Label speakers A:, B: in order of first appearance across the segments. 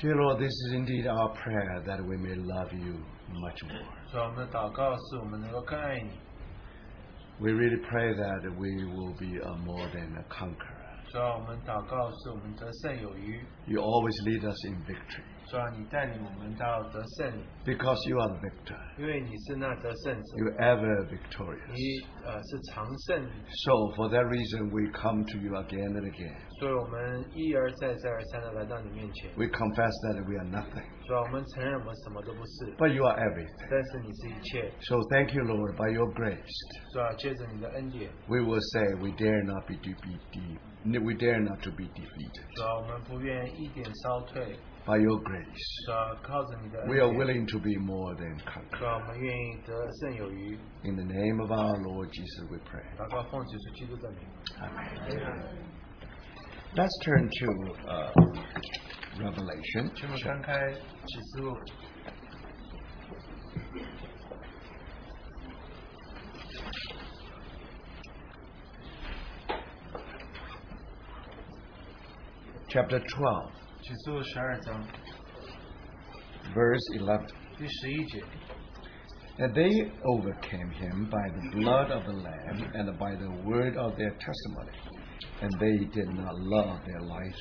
A: Dear Lord, this is indeed our prayer that we may love you much more.
B: 主啊，我们的祷告是我们能够更爱你。
A: We really pray that we will be a more than a conqueror.
B: 主啊，我们祷告是我们得胜有余。
A: You always lead us in victory
B: 主啊，你带领我们到得胜，
A: because you are the victor.
B: 因为你是那得胜者，
A: You're ever victorious.
B: 你呃是常胜，
A: So, for that reason, we come to you again and again.
B: 所以我们一而再再而三的来到你面前。
A: We confess that we are nothing,
B: 主啊，我们承认我们什么都不是，
A: but you are everything.
B: 但是你是一切。
A: So, thank you, Lord, by your grace.
B: 主啊，借着你的恩典，
A: We will say we dare not be de- be de- we dare not to be defeated
B: 主啊，我们不愿一点稍退。
A: by your grace.
B: 主啊，靠着你的恩
A: We are
B: 典，
A: willing to be more than
B: 主
A: conquerors.
B: 啊，我们愿意得胜有余。
A: In the name of our Lord Jesus, we pray.
B: 祷告奉主是基督的名。
A: Amen. Let's turn to uh, Revelation.
B: 请我们翻开启示录
A: chapter 12,
B: 启示录十二章
A: verse 11.
B: 第十一节，
A: And they overcame him by the blood of the Lamb and by the word of their testimony, and they did not love their lives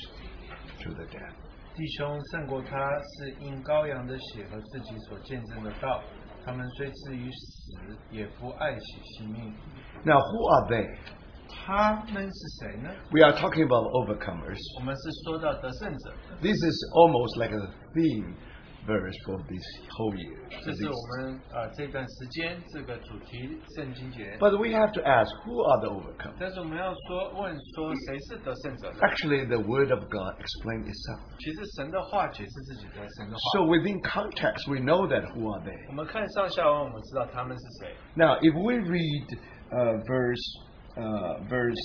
A: to the death.
B: 弟兄胜过他是因羔羊的血和自己所见证的道，他们虽至于死，也不爱惜性命。
A: Now, who are they?
B: 他们是谁呢？
A: We are talking about overcomers.
B: 我们是说到得胜者，
A: This is almost like a theme verse for this whole year.
B: 这是我们呃这段时间这个主题圣经节。
A: But we have to ask, who are the overcomers?
B: 但是我们要说问说谁是得胜者呢？
A: Actually, the Word of God explains itself.
B: 其实神的话解释自己的神的话。
A: So within context, we know that who are they.
B: 我们看上下文，我们知道他们是谁。
A: Now, if we read uh, verse uh, verse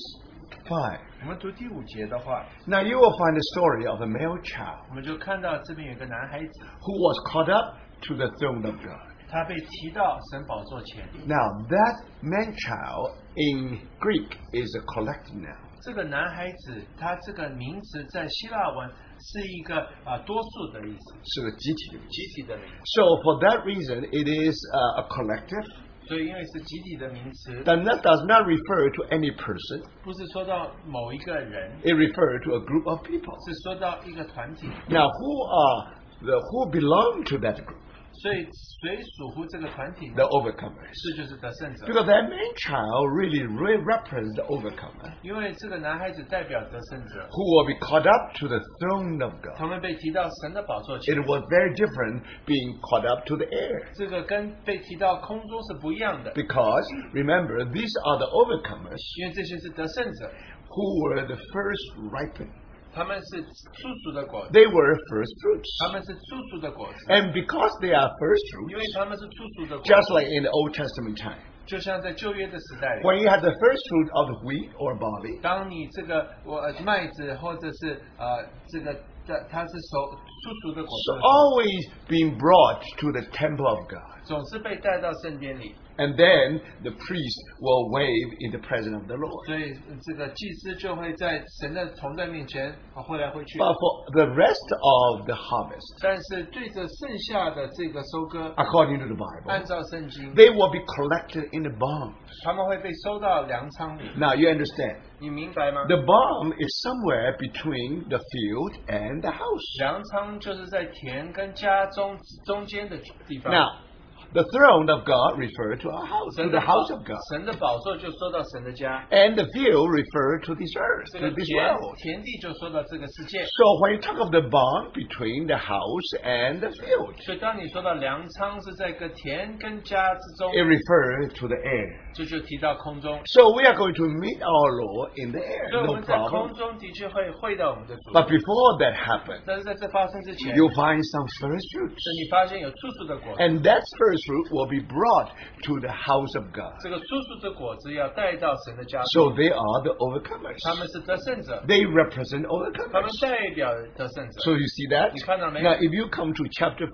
A: five,
B: 我们读第五节的话，
A: now you will find the story of a male child
B: 我们就看到这边有个男孩子，
A: who was caught up to the throne of God.
B: 他被提到神宝座前。
A: Now, that man child in Greek is a collective noun.
B: 这个男孩子，他这个名词在希腊文是一个啊、呃多数的意思，
A: So, 集体的意思。
B: 集体的名词。
A: so for that reason, it is uh, a collective
B: 所以因为是集体的名词，
A: that not- does not refer to any person.
B: 不是说到某一个人，
A: It refers to a group of people.
B: 是说到一个团体。
A: Now, who are the who belong to that group?
B: 所以谁属乎这个团体呢
A: The overcomers.
B: 这就是得胜者。
A: Because that man child really re- represents the overcomer
B: 因为这个男孩子代表得胜者，
A: who will be caught up to the throne of
B: 他
A: God.
B: 们被提到神的宝座前
A: It。was very different being caught up to the air.
B: 这个跟被提到空中是不一样的，
A: Because remember, these are the overcomers
B: 因为这些是得胜者，
A: who were the first ripened.
B: 他们是初熟的果子，
A: They were first fruits.
B: 他们是初熟的果子，
A: And because they are first
B: 因为
A: fruits,
B: 他们是初熟的果
A: just
B: 子，
A: like in the Old Testament time,
B: 就像在旧约的时代里，
A: when you had the first fruit of wheat or barley,
B: 当你这个我呃麦子或者是呃这个的它是熟初熟的果
A: so
B: 子的时候，
A: always being brought to the temple of God.
B: 总是被带到圣殿里，
A: And then the priest will wave in the presence of the Lord.
B: 所以这个祭司就会在神的同在面前啊挥来挥去。
A: But for the rest of the harvest,
B: 但是对着剩下的这个收割，
A: according to the
B: 按
A: Bible,
B: 照圣经，
A: they will be collected in the barns.
B: 他们会被收到粮仓里。
A: Now you understand.
B: 你明白吗？
A: The barn is somewhere between the field and the house.
B: 粮仓就是在田跟家中中间的地方。
A: Now, the throne of God referred to our house, to
B: 神
A: the
B: 的宝
A: house of God.
B: 神的宝座就说到神的家，
A: And the field referred to this earth,
B: 这
A: to
B: 个
A: this
B: 田
A: world.
B: 田地就说到这个世界。
A: So when you talk of the barn between the house and the field,
B: 所以当你说到粮仓是在一个田跟家之中
A: it，refers to the air.
B: 这就提到空中。
A: So we are going to meet our Lord in the air,
B: 所以
A: no
B: 我们在空
A: problem.
B: 中的确会会到我们的主，
A: But before that happens,
B: 但是在这发生之前，
A: you'll find some first fruits.
B: 是你发现有初熟的果子，
A: And that first fruit will be brought to the house of God.
B: 这个初熟的果子要带到神的家，
A: So they are the overcomers.
B: 他们是得胜者，
A: They represent
B: 他们
A: overcomers.
B: 代表得胜者。
A: So you see that?
B: You cannot make-
A: Now, if you come to chapter
B: 你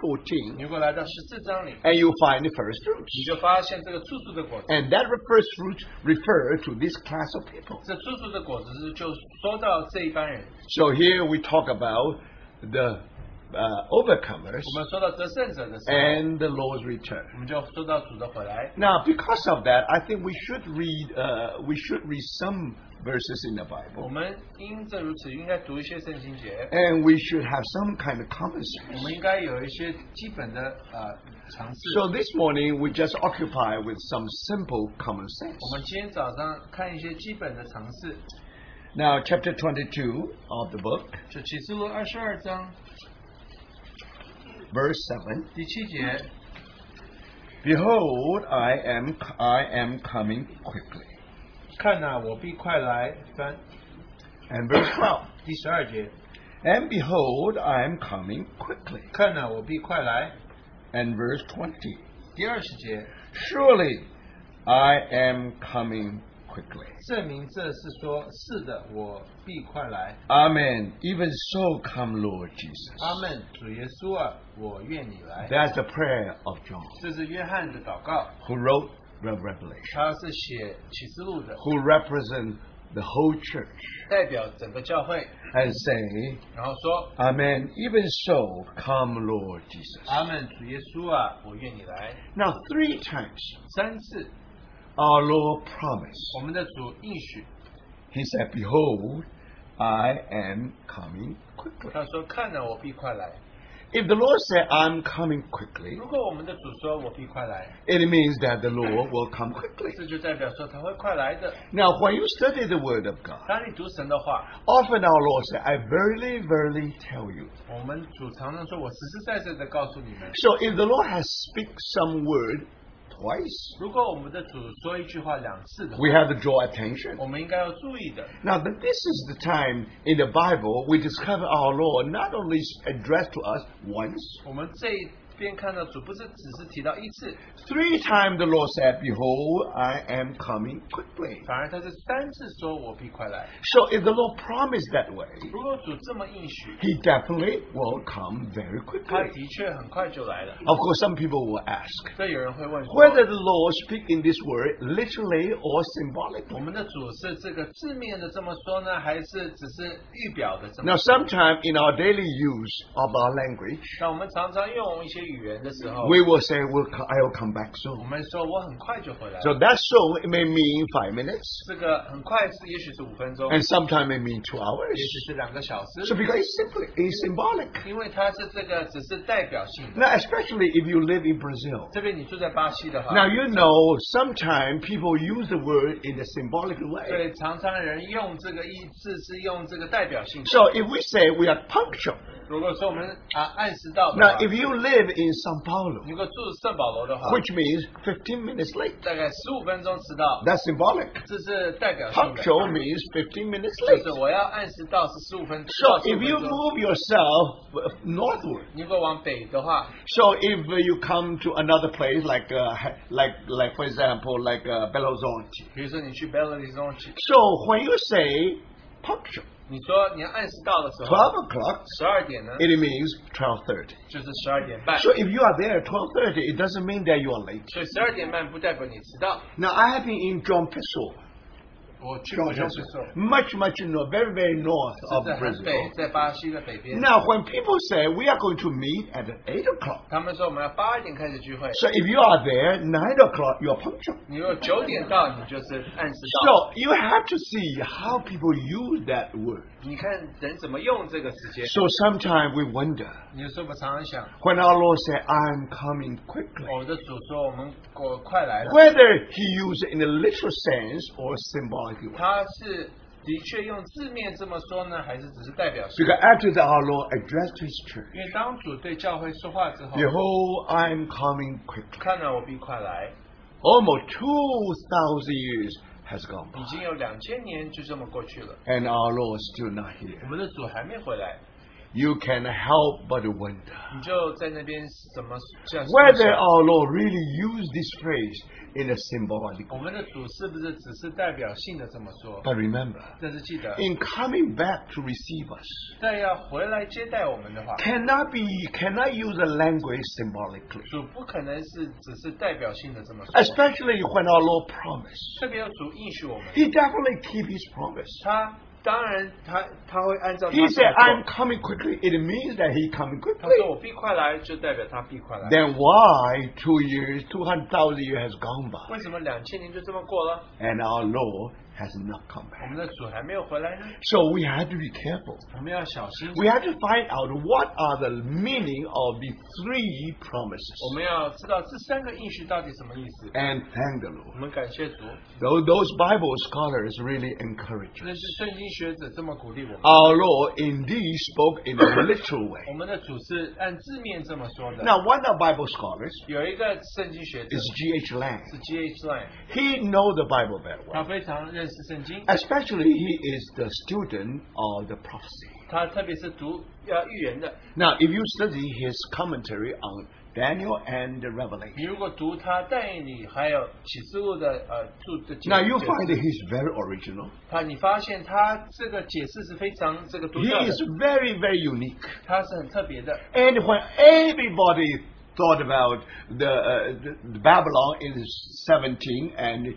A: 14,
B: 如果来到十四章里，
A: and you find the first
B: 你
A: fruits,
B: 就发现这个初熟的果子。
A: and that first fruit refer to this class of people.
B: 这初熟的果子是就说到这一般人，
A: So here we talk about the uh, overcomers
B: 我们说到得胜者的时候，
A: and the Lord's
B: 我
A: return.
B: 们就说到主的回来。
A: Now, because of that, I think we should read uh, we should read some verses in the
B: 我
A: Bible,
B: 们因这如此，应该读一些圣经节，
A: and we should have some kind of
B: 我们
A: commentary.
B: 应该有一些基本的呃尝试。
A: So this morning we just occupy with some simple common sense.
B: 我们今天早上看一些基本的尝试，
A: Now, chapter 22 of the book,
B: 就启示录二十二章
A: verse 7.
B: 第七节，
A: Behold, I am I am coming quickly.
B: 看呐、我必快来。三
A: And verse 12.
B: 第十二节，
A: And behold, I am coming quickly.
B: 看呐、我必快来。
A: And verse 20.
B: 第二十节，
A: Surely I am coming quickly.
B: 证明这是说，是的，我必快来。
A: Amen. Even so, come, Lord Jesus.
B: 阿门，主耶稣啊，我愿你来。
A: That's the prayer of John,
B: 这是约翰的祷告，
A: who wrote the Revelation,
B: 他是写启示录的，
A: who represents the whole church,
B: 代表整个教会，
A: and say,
B: 然后说
A: Amen. Even so, come, Lord Jesus.
B: 阿门，主耶稣啊，我愿你来。
A: Now, three times
B: 三次，
A: our Lord promised.
B: 我们的主应许，
A: He said, Behold, I am coming quickly.
B: 他说看了我必快来。
A: If the Lord said, I'm coming quickly,
B: 如果我们的主说我必快来，
A: it means that the Lord will come quickly.
B: 这就代表说他会快来的。
A: Now, when you study the Word of God,
B: 当你读神的话，
A: often our Lord said, I verily, verily tell you.
B: 我们主常常说，我实实在在的告诉你们，
A: So, if the Lord has speak some word twice,
B: 如果我们的主说一句话两次的话，
A: we have to draw attention.
B: 我们应该要注意的。
A: Now, that this is the time in the Bible we discover our Lord not only addressed to us once,
B: 我们这一边看到主不是只是提到一次，
A: three times the Lord said, Behold, I am coming quickly.
B: 反而他是三次说我必快来。
A: So if the Lord promised that way,
B: 如果主这么应许，
A: He definitely will come very
B: 他
A: quickly.
B: 的确很快就来了。
A: Of course, some people will ask
B: 所以有人会问说
A: whether the Lord speak in this word literally or
B: 我
A: symbolically.
B: 们的主是这个字面的这么说呢，还是只是预表的这么
A: Now,
B: 说？
A: sometimes in our daily use of our language,
B: 那我们常常用一些语言的时候，
A: we will say, "Will co- I will come back
B: 我
A: soon."
B: 们说我很快就回来。
A: So that soon it may mean five minutes,
B: 这个很快是，也许是五分钟，也
A: and sometimes it mean two
B: 许
A: hours.
B: 是两个小
A: So
B: 时，
A: because it's simply it's symbolic.
B: 因为它是这个只是代表性的。
A: Now, especially if you live in Brazil.
B: 这边你住在巴西的话，
A: Now you know sometimes people use the word in a symbolic way.
B: 对，常常人用这个意志是用这个代表性的。
A: So if we say we are punctual,
B: 如果说我们啊按时到的
A: now
B: 话，
A: if you live in Sao Paulo,
B: 如果住圣保罗的话，
A: which means 15 minutes late,
B: 大概十五分钟迟到，
A: that's symbolic.
B: 这是代表性的。
A: Punctual means 15 minutes
B: 就
A: late.
B: 是我要按时到是十五分
A: So
B: 到
A: 啊
B: 15
A: if
B: 分
A: you
B: 钟
A: move yourself uh, northward,
B: 如果往北的话，
A: so if uh, you come to another place like uh, like like for example like uh, Belo Horizonte,
B: 比如说你去 Belo Horizonte，
A: so when you say punctual,
B: 你说你要按时到的时
A: 12
B: 候，
A: o'clock,
B: 十二点呢
A: it means 12:30.
B: 就是十二点半，
A: So if you are there at 12:30, it doesn't mean that you are late.
B: 所以十二点半不代表你迟到。
A: Now I have been in John Pessoa.
B: 我去
A: John
B: 过就
A: Pessoa.
B: 是说，
A: Much, much north, very, very north
B: 这
A: of
B: 在很
A: Brazil.
B: 北，在巴西的北边。
A: Now, when people say we are going to meet at 8 o'clock,
B: 他们说我们要八点开始聚会，
A: so if you are there 9 o'clock, you are punctual.
B: 你如果九点到，你就是按时到。
A: So you have to see how people use that word.
B: 你看人怎么用这个时间？
A: So sometimes we wonder
B: 你就说我常常想，哦
A: when our Lord said, I'm coming quickly,
B: 我的主说我们我快来了，
A: whether he used it in a literal sense or symbolic way.
B: 他是的确用字面这么说呢，还是只是代表性？
A: Because after that, our Lord addressed his church
B: 因为当主对教会说话之后，
A: Behold, I'm coming quickly.
B: 看了我必快来，
A: Almost 2,000 years has gone
B: 已
A: by,
B: 经有两千年就这么过去了，
A: and our Lord is still not here.
B: 我们的主还没回来，
A: You can help but wonder.
B: 你就在那边怎么这样
A: whether our Lord really used this phrase in a symbolic
B: 我
A: way.
B: 们的主是不是只是代表性的这么说？
A: But remember,
B: 但是记得，
A: in coming back to receive us,
B: 但要回来接待我们的话，
A: cannot be cannot use the language symbolically.
B: 主不可能是只是代表性的这么说。
A: Especially when our Lord promised.
B: 特别主应许我们，
A: He definitely keep his promise.
B: 他当然他他会按照他
A: He
B: 所
A: said,
B: 做
A: I'm coming quickly. It means that he coming
B: 他
A: quickly.
B: 说我必快来，就代表他必快来。
A: Then why two years, 200,000 years has gone by
B: 为什么两千年就这么过了，
A: and our Lord has not come
B: 我
A: back?
B: 们的主还没有回来呢？
A: So we have to be careful.
B: 我们要小心，
A: We have to find out what are the meaning of the three
B: 我
A: promises
B: 们要知道这三个应许到底什么意思。
A: and thank the Lord.
B: 我们感谢主，
A: Though those Bible scholars really encourage us.
B: 那是圣经学者这么鼓励我们。
A: Our Lord indeed spoke in a literal
B: 我
A: way.
B: 们的主是按字面这么说的。
A: Now, one of Bible scholars
B: 有一个圣经学者
A: is G.H. Lang.
B: 是 G. H. Line，
A: He know the Bible very
B: 他
A: well.
B: 非常认识圣
A: 哎
B: 经，
A: Especially, he is the student of the prophecy.
B: 他特别是读呃预言的。
A: Now, if you study his commentary on Daniel and the
B: 你
A: Revelation,
B: 如果读他但以理还有启示录的呃注的解
A: now you
B: 解
A: find that he's very original.
B: 他你发现他这个解释是非常这个独
A: He
B: 特的，
A: is very, very unique.
B: 他是很特别的。
A: And when everybody thought about the, uh, the, the Babylon in 17 and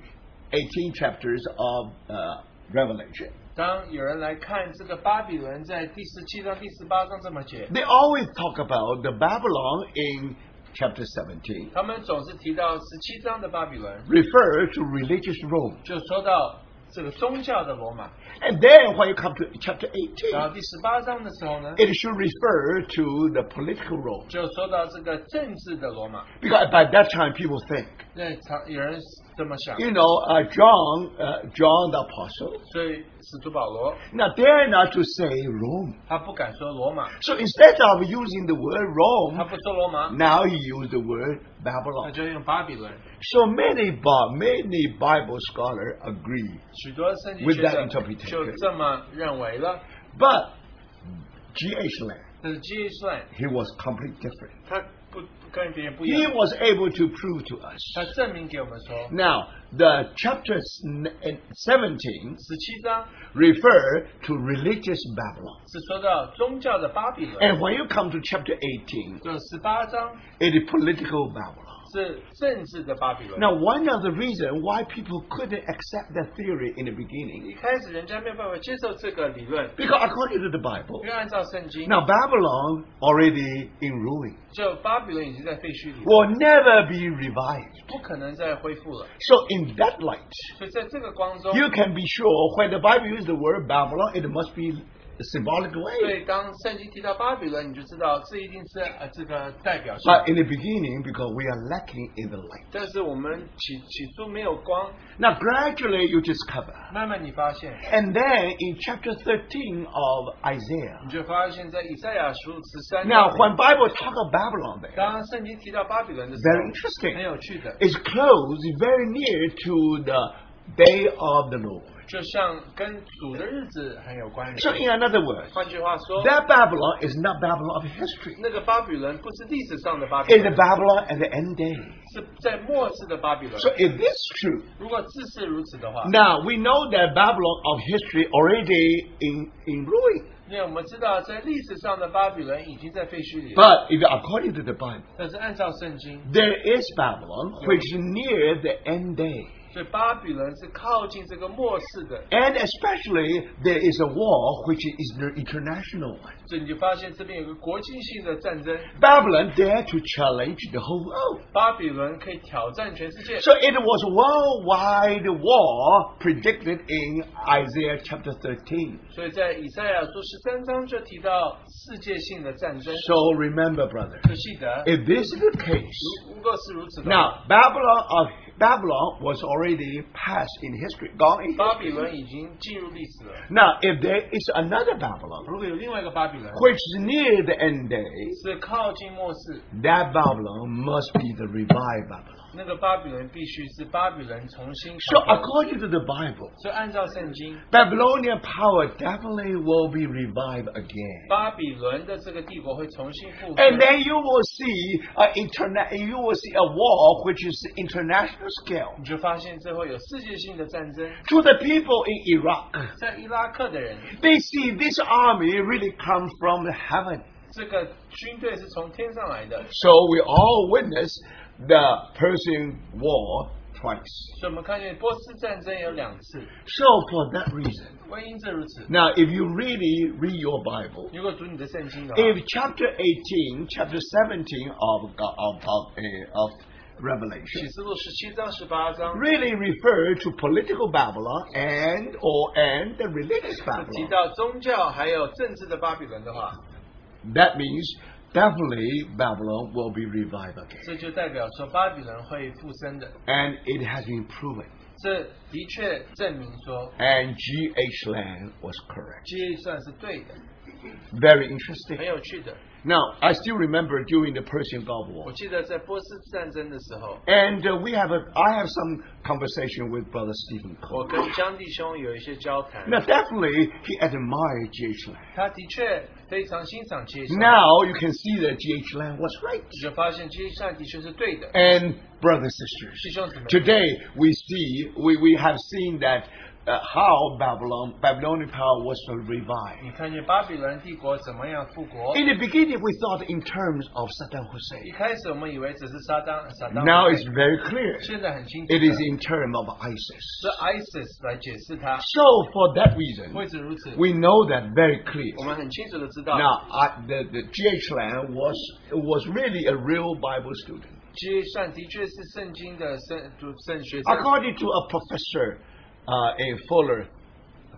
A: 18 chapters of uh, Revelation,
B: 当有人来看这个巴比伦在第十七章、第十八章这么写，
A: they always talk about the Babylon in chapter 17,
B: 他们总是提到十七章的巴比伦，
A: refer to religious Rome.
B: 就说到这个宗教的罗马。
A: And then when you come to chapter 18,
B: 然后第十八章的时候呢，
A: it should refer to the political Rome.
B: 就说到这个政治的罗马。
A: Because by that time people think,
B: 那常有人这么想，
A: you know, uh, John, uh, John the Apostle,
B: 所以使徒保罗
A: now dare not to say Rome.
B: 他不敢说罗马，
A: So instead of using the word
B: 他
A: Rome,
B: 不说罗马，
A: now he used the word
B: 他
A: Babylon.
B: 就用巴比伦。
A: So many, Bi- many Bible scholars agree.
B: 许多圣经
A: With
B: 学
A: that
B: 者
A: interpretation.
B: 就这么认为了。
A: But G.H. Lang,
B: 但是 G. H. Line
A: he was completely different.
B: 他不不跟别人不一
A: He
B: 样，
A: was able to prove to us.
B: 他证明给我们说，
A: Now, the chapter s- n- 17
B: 十七章
A: refer to religious Babylon.
B: 是说到宗教的巴比伦，
A: And when you come to chapter 18,
B: 就十八章
A: it is political Babylon.
B: 是政治的巴比伦。
A: Now, one of the reasons why people couldn't accept that theory in the
B: 一
A: beginning,
B: 开始人家没有办法接受这个理论，
A: because according to the Bible,
B: 因为按照圣经，
A: Now Babylon already in ruin
B: 就巴比伦已经在废墟里，
A: will never be revived.
B: 不可能再恢复了。
A: So in that light,
B: 所以在这个光中，
A: you can be sure when the Bible uses the word Babylon, it must be a symbolic
B: 所
A: way.
B: 以当圣经提到巴比伦，你就知道这一定是呃这个代表性。
A: But in the beginning, because we are lacking in the light.
B: 但是我们起起初没有光，
A: Now gradually you discover.
B: 慢慢你发现，
A: And then in chapter 13 of Isaiah.
B: 你就发现，在以赛亚书十三
A: Now
B: 章，
A: when Bible talk of Babylon there,
B: 当圣经提到巴比伦的时
A: very
B: 候，很
A: interesting.
B: 有趣的，
A: It's close, very near to the day of the Lord.
B: 就像跟主的日子很有关
A: So
B: 联。
A: in another word,
B: 换句话说，
A: That Babylon is not Babylon of history.
B: 那个巴比伦不是历史上的巴比
A: It's the
B: 伦，
A: Babylon at the end day.
B: 是在末世的巴比伦。
A: So if this is true,
B: 如果自是如此的话，
A: now we know that Babylon of history already in, in ruin.
B: 因为我们知道，在历史上的巴比伦已经在废墟里了。
A: But if according to the Bible,
B: 但是按照圣经，
A: there is Babylon which is near the end day.
B: 所以巴比伦是靠近这个末世的，
A: And especially there is a war which is the international one.
B: 所以你就发现这边有个国际性的战争，
A: Babylon dared to challenge the whole world.
B: 巴比伦可以挑战全世界。
A: So it was worldwide war predicted in Isaiah chapter 13.
B: 所以在以赛亚书十三章就提到世界性的战争。
A: So remember, brother,
B: 可记得，
A: If this is the case,
B: 如如果是如此的话，
A: now Babylon of Babylon was already past in history, gone. In,
B: 巴比伦已经进入历史了。
A: now, if there is another Babylon
B: 如果有另外一个巴比伦
A: which is near the end days,
B: 是靠近末世，
A: that Babylon must be the revived Babylon.
B: 那个巴比伦必须是巴比伦重新
A: So,
B: 成功。
A: according to the Bible,
B: 所以按照圣经，
A: Babylonian power definitely will be revived again.
B: 巴比伦的这个帝国会重新复兴
A: And，then you will see a interna- you will see a war which is international scale.
B: 你就发现最后有世界性的战争。
A: To the people in Iraq,
B: 在伊拉克的人，
A: they see this army really come from heaven.
B: 这个军队是从天上来的，
A: So we all witness the Persian war twice.
B: 所以我们看见波斯战争有两次，
A: So for that reason,
B: 为因这如此。
A: now if you really read your Bible,
B: 如果读你的圣经的话，
A: if chapter 18, chapter 17 of Go- of of, uh, of
B: 启
A: Revelation
B: 示录十七章、十八章
A: really refer to political Babylon and or and the religious
B: 是提
A: Babylon,
B: 到宗教还有政治的巴比伦的话，
A: that means definitely Babylon will be revived again,
B: 这就代表说巴比伦会复生的。
A: and it has been proven.
B: 这的确证明说
A: And G. H. Land was correct.
B: 记忆算是对的，
A: Very
B: 很
A: interesting.
B: 有趣的。
A: Now I still remember during the Persian Gulf
B: 我
A: War,
B: 记得在波斯战争的时候，
A: and uh, we have a I have some conversation with Brother Stephen Cole.
B: 我跟江弟兄有一些交谈，
A: Now definitely he admired G. H. Land.
B: 他的确非常欣赏基督，
A: Now you can see that G.H. Lamb was right.
B: 你就发现基督的确是对的。
A: And brothers sisters,
B: 师兄姊妹，
A: today we see, we, we have seen that uh, how Babylon, Babylonian power was revived.
B: 你看见巴比伦帝国怎么样复国？
A: In the beginning, we thought in terms of Saddam
B: 一
A: Hussein.
B: 开始我们以为只是撒当撒当，
A: Now it's very clear.
B: 现在很清楚
A: It is
B: 了
A: in terms of ISIS.
B: 是 ISIS 来解释它。
A: So for that reason,
B: 为此如此，
A: we know that very clear.
B: 我们很清楚的知道
A: Now, I, the, the G.H. Lamb was, was really a real Bible student.
B: 基督算的确是圣经的圣读圣学生。
A: According to a professor, uh, a Fuller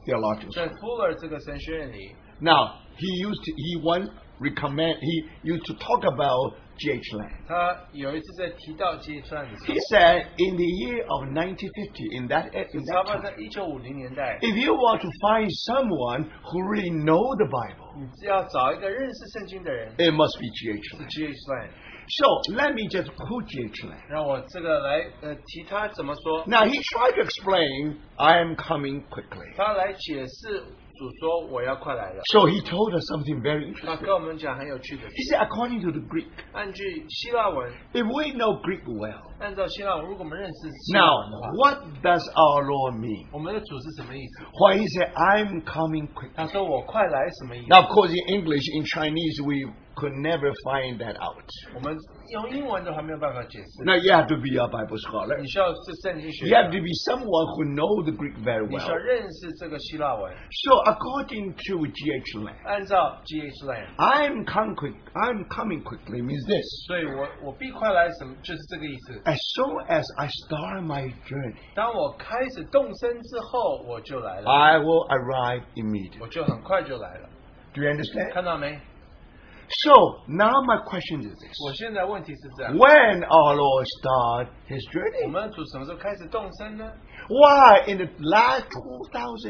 A: theological.
B: 在 Fuller 这个神学院里，
A: Now he used to, he once recommend he used to talk about G.H. Lang.
B: 他有一次在提到基督算的时
A: He said in the year of 1950, in that, in
B: 候，差
A: that
B: 不多
A: time,
B: 在一九五零年代，
A: if you want to find someone who really know the Bible,
B: 你只要找一个认识圣经的人
A: it must be G.H.
B: 是
A: Lang.
B: G H Lang。
A: So let me just quote G.H. Lang.
B: 让我这个来呃提他怎么说，
A: Now he tried to explain, I am coming quickly.
B: 他来解释主说我要快来了。
A: So he told us something very
B: 他
A: interesting.
B: 跟我们讲很有趣的事，
A: He said, according to the Greek,
B: 按据希腊文，
A: if we know Greek well,
B: 按照希腊文，如果我们认识希腊
A: Now,
B: 文的话，
A: what does our Lord mean?
B: 我们的主是什么意思？
A: Why he said, I'm coming quick.
B: 他说我快来什么意思？
A: Now, of course, in English, in Chinese, we could never find that out.
B: 我们用英文都还没有办法解释。
A: Now, you have to be a Bible scholar.
B: 你需要是圣经学
A: You
B: 家，
A: have to be someone who knows the Greek very
B: 你需
A: well.
B: 要认识这个希腊文。
A: So, according to G.H. Lang,
B: 按照 G H Lang，
A: I'm, come quick, I'm coming quickly means this.
B: 所以我我必快来什么，就是这个意思。
A: As soon as I start my journey,
B: 当我开始动身之后，我就来了，
A: I will arrive immediately.
B: 我就很快就来了。
A: Do you understand?
B: 看到没？
A: So, now my question is
B: 我
A: this.
B: 现在问题是这样：
A: When our Lord start his
B: 我
A: journey?
B: 们主什么时候开始动身呢？
A: Why in the last 2,000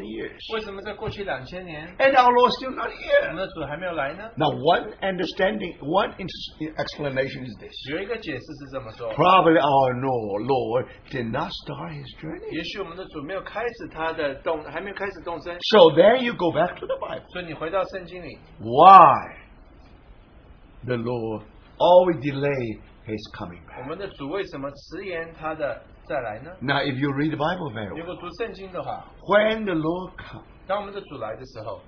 A: years?
B: 为什么在过去两千年，
A: And our Lord still not
B: 我
A: here.
B: 们的主还没有来呢？
A: Now, one understanding, one in- explanation is this.
B: 有一个解释是这么说：
A: Probably our no- Lord did not start his journey.
B: 也许我们的主没有开始他的动，还没有开始动身。
A: So there you go back to the Bible.
B: 所以你回到圣经里，
A: Why the Lord always delay his coming
B: 我
A: back.
B: 们的主为什么迟延他的再来呢？
A: Now, if you read the Bible very
B: 如
A: well,
B: 果读圣经的话，
A: when the Lord comes,
B: 当我们的主来的时候，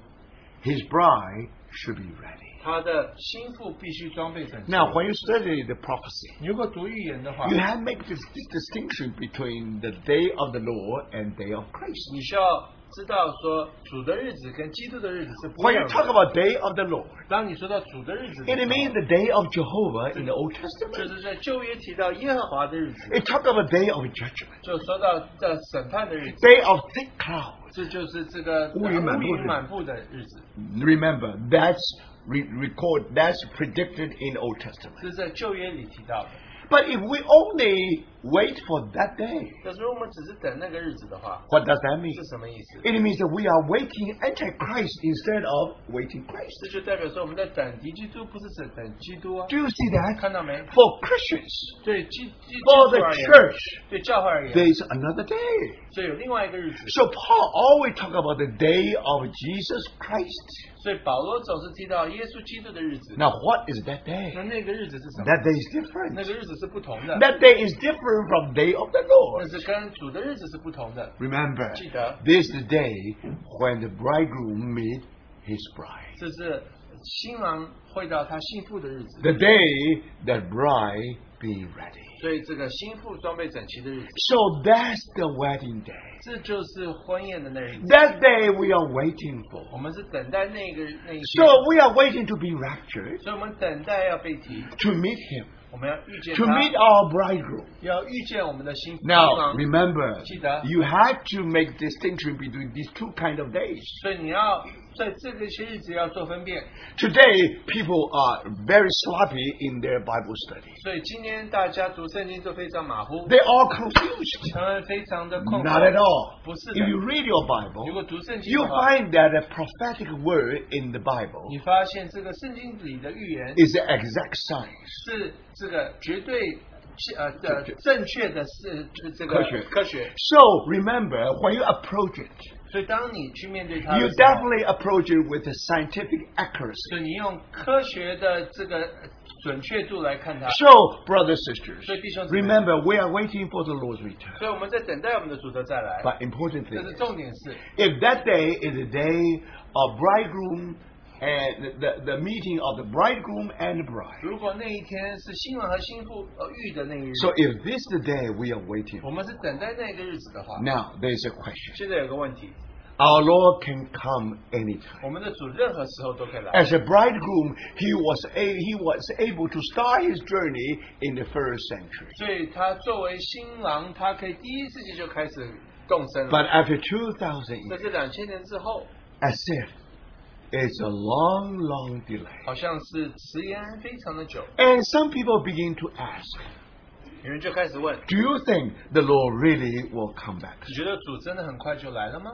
A: his bride should be ready.
B: 他的心腹必须装备整齐。
A: Now, when you study the prophecy,
B: 你如果读预言的话，
A: You have make this, this distinction between the day of the Lord and day of Christ.
B: 你需要知道说主的日子跟基督的日子是不
A: When
B: 一
A: you
B: 样
A: talk
B: 的。
A: about day of the Lord,
B: 当你说到主的日子的时候
A: it means the day of Jehovah in the Old
B: 就
A: Testament.
B: 是在旧约提到耶和华的日子，
A: It talk about day of judgment,
B: 就说到这审判的日子，
A: day of thick cloud.
B: 这就是这个
A: 乌云满布的日子
B: 乌云满布的日子，
A: Remember, that's re- record, that's predicted in Old
B: 这
A: Testament.
B: 是在旧约里提到的。
A: But if we only wait for that day,
B: 但是如果我们只是等那个日子的话，
A: what does that
B: 是
A: mean?
B: 什么意思？
A: It means that we are waiting Antichrist instead of waiting Christ.
B: 这就代表说我们在等敌基督，不是在等基督啊
A: Do。you see that?
B: 看到没？
A: For Christians,
B: 哦对基基基
A: for
B: 督
A: the
B: 而言，
A: church,
B: 对教会而言，
A: there's another day.
B: 所以有另外一个日子。
A: So Paul always talk about the day of Jesus Christ.
B: 所以保罗总是提到耶稣基督的日子。
A: Now what is that day?
B: 那那个日子是什么？
A: That day is
B: 那
A: different.
B: 个日子是不同的，
A: That day is different from day of the
B: 那
A: Lord.
B: 是跟主的日子是不同的。
A: Remember,
B: 记得，
A: this is the day when the bridegroom meet his bride.
B: 这是新郎会到他幸福的日子，
A: The day that bride be ready.
B: 所所以这个心腹装备整齐的日子，
A: So that's the wedding day.
B: 这就是婚宴的那日子。
A: That day we are waiting
B: 我
A: for.
B: 们是等待那个那一天，
A: So we are waiting to be raptured,
B: 所以我们等待要被提，
A: to meet him,
B: 我们要遇见
A: to
B: 他，
A: meet our bridegroom.
B: 要遇见我们的心腹
A: Now
B: 新郎
A: remember,
B: 记得。
A: you had to make distinction between these two kind of days.
B: 所以你要在这个些日子要做分辨。
A: Today people are very sloppy in their Bible study.
B: 所以今天大家读圣经都非常马虎，
A: They are confused.
B: 他们非常的困
A: Not at
B: 惑。
A: all.
B: 不是的。
A: If you read your
B: 如
A: Bible,
B: 果读圣经
A: you
B: 的话，
A: find that a prophetic word in the Bible
B: 你发现这个圣经里的预言
A: is the exact science.
B: 是这个绝对呃
A: 正
B: 呃
A: 确
B: 正确的是这这个
A: 科学
B: 科学，
A: So remember, when you approach it,
B: 所以当你去面对它的
A: you
B: 时候
A: definitely approach it with a scientific accuracy.
B: 所以你用科学的这个准确度来看它。
A: So, brothers sisters,
B: 所以弟兄姊妹
A: remember we are waiting for the Lord's return.
B: 所以我们在等待我们的主的再来。
A: But important
B: 但
A: thing
B: 是
A: is,
B: 重点是，
A: if that day is a day of bridegroom and the, the meeting of the bridegroom and bride.
B: 如果那一天是新郎和新妇呃遇的那一日，
A: So if this is the day we are waiting
B: 我
A: for,
B: 们是等待那个日子的话，
A: now there's a question.
B: 现在有个问题，
A: Our Lord can come anytime.
B: 我们的主任何时候都可以来。
A: As a bridegroom, he was, a, he was able to start his journey in the first century.
B: 所以他作为新郎，他可以第一世纪就开始动身了。
A: But after 2,000
B: 在
A: years,
B: 这两千年之后，
A: as if it's a long, long delay.
B: 好像是迟延非常的久，
A: And some people begin to ask,
B: 有人就开始问：
A: do you think the Lord really will come back?
B: 你觉得主真的很快就来了吗？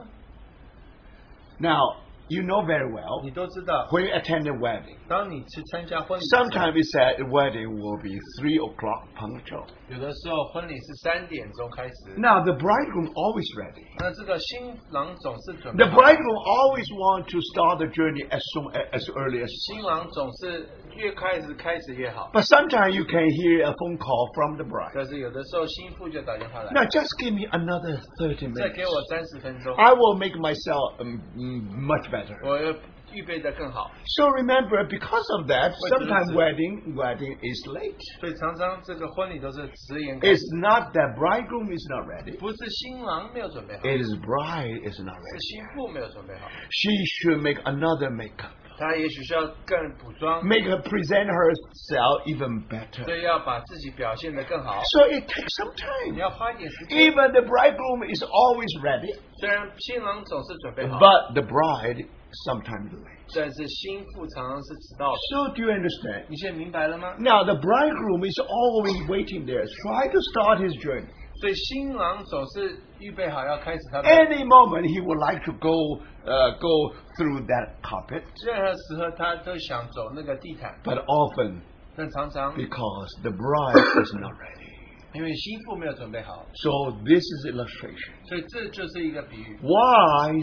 A: Now, you know very well,
B: 你都知道，
A: when you attend a wedding,
B: 当你去参加婚礼的时候，
A: sometimes it's said a wedding will be 3 o'clock punctual.
B: 有的时候婚礼是三点钟开始，
A: Now, the bridegroom always ready.
B: 那这个新郎总是准备
A: The，bridegroom always want to start the journey as soon as early as
B: 新郎总是越开始开始越好。
A: But sometimes you can hear a phone call from the bride.
B: 但是有的时候新妇就打电话来，
A: Now just give me another 30
B: 再
A: minutes.
B: 给我三十分钟，
A: I will make myself um, mm, much better.
B: 我要预备的更好。
A: So remember, because of that,
B: Wait,
A: sometimes
B: listen.
A: wedding wedding is late.
B: 所以常常这个婚礼都是迟延开始
A: It's not that bridegroom is not ready.
B: 不是新郎没有准备好，
A: It is bride is not
B: 是
A: ready.
B: 新妇没有准备好，
A: She should make another makeup.
B: 他也许需要更补妆，
A: Make her present herself even better.
B: 所以要把自己表现得更好。
A: So it takes some
B: 你
A: time.
B: 要花一点时间，
A: Even the bridegroom is always ready,
B: 虽然新郎总是准备好，
A: but the bride sometimes late.
B: 但是新妇常常是迟到的。
A: So do you understand?
B: 你现在明白了吗？
A: Now the bridegroom is always waiting there, trying to start his journey.
B: 所以新郎总是预备好要开始他的，
A: Any moment he would like to go uh, go through that carpet,
B: 任何时候他都想走那个地毯，
A: but often
B: 但常常
A: because the bride is not ready.
B: 因为新妇没有准备好，
A: So this is illustration.
B: 所以这就是一个比喻。
A: Why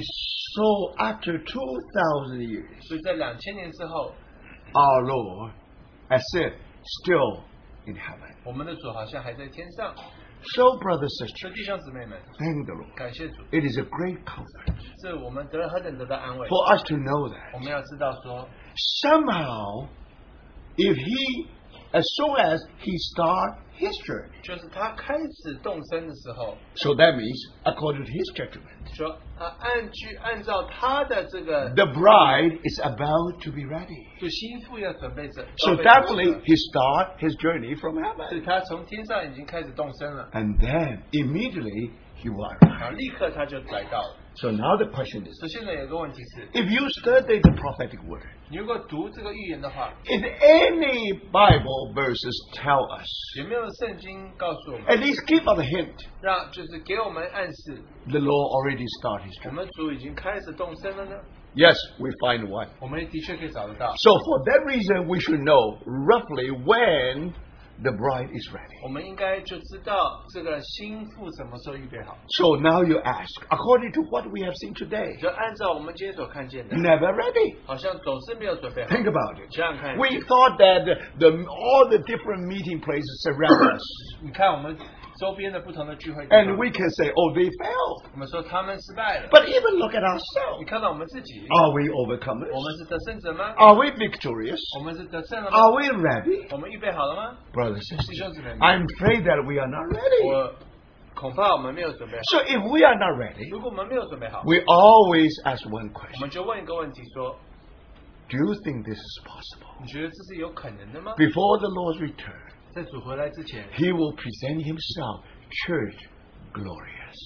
A: so after two thousand years,
B: 所以在两千年之后，
A: our Lord, as if still in heaven.
B: 我们的主好像还在天上。
A: So brothers sisters,
B: 所以弟兄姊妹们，
A: thank the Lord.
B: 感谢主，
A: It is a great comfort
B: 是我们得何等得到安慰。
A: for us to know that.
B: 我们要知道说，
A: somehow, if he, as soon as he start his journey,
B: 就是他开始动身的时候，
A: so that means according to his judgment,
B: 说他按据按照他的这个，
A: the bride is about to be ready.
B: 就心腹要准备着。
A: So
B: 装备好
A: definitely
B: 了
A: he start his journey from
B: 所
A: heaven,
B: 以他从天上已经开始动身了，
A: and then immediately he will arrive.
B: 然后立刻他就来到了。
A: So now the question is:
B: 所以现在有个问题是，
A: If you study the prophetic word,
B: 你如果读这个预言的话，
A: if any Bible verses tell us,
B: 有没有圣经告诉我们，
A: at least give us a hint,
B: 让就是给我们暗示，
A: the Lord already start his
B: 我
A: journey.
B: 们主已经开始动身了呢？
A: Yes, we find one.
B: 我们的确可以找得到。
A: So for that reason, we should know roughly when the bride is ready.
B: 我们应该就知道这个心腹什么时候预备好，
A: So now you ask, according to what we have seen today,
B: 就按照我们今天所看见的，
A: never ready.
B: 好像总是没有准备好。
A: Think about it.
B: 想想看，
A: We thought that the, all the different meeting places surround us.
B: 你看我们周边的不同的聚会地方
A: And we can say, oh, they failed.
B: 我们说他们失败了。
A: But Oh even look at
B: 你
A: ourselves.
B: 看到我们自己，
A: Are we
B: 我
A: overcomers?
B: 们是得胜者吗？
A: Are we victorious?
B: 我们是得胜了吗？
A: Are we ready?
B: 我们预备好了吗？
A: Brothers and sisters,
B: 弟兄姊妹们，
A: I'm afraid that we are not ready.
B: 我恐怕我们没有准备好。
A: So if we are not ready,
B: 如果我们没有准备好，
A: we always ask one
B: 我
A: question
B: 们就问一个问题：说，
A: Do you think this is possible?
B: 你觉得这是有可能的吗？
A: Before the Lord's return,
B: 在主回来之前，
A: he will present himself, church glorious,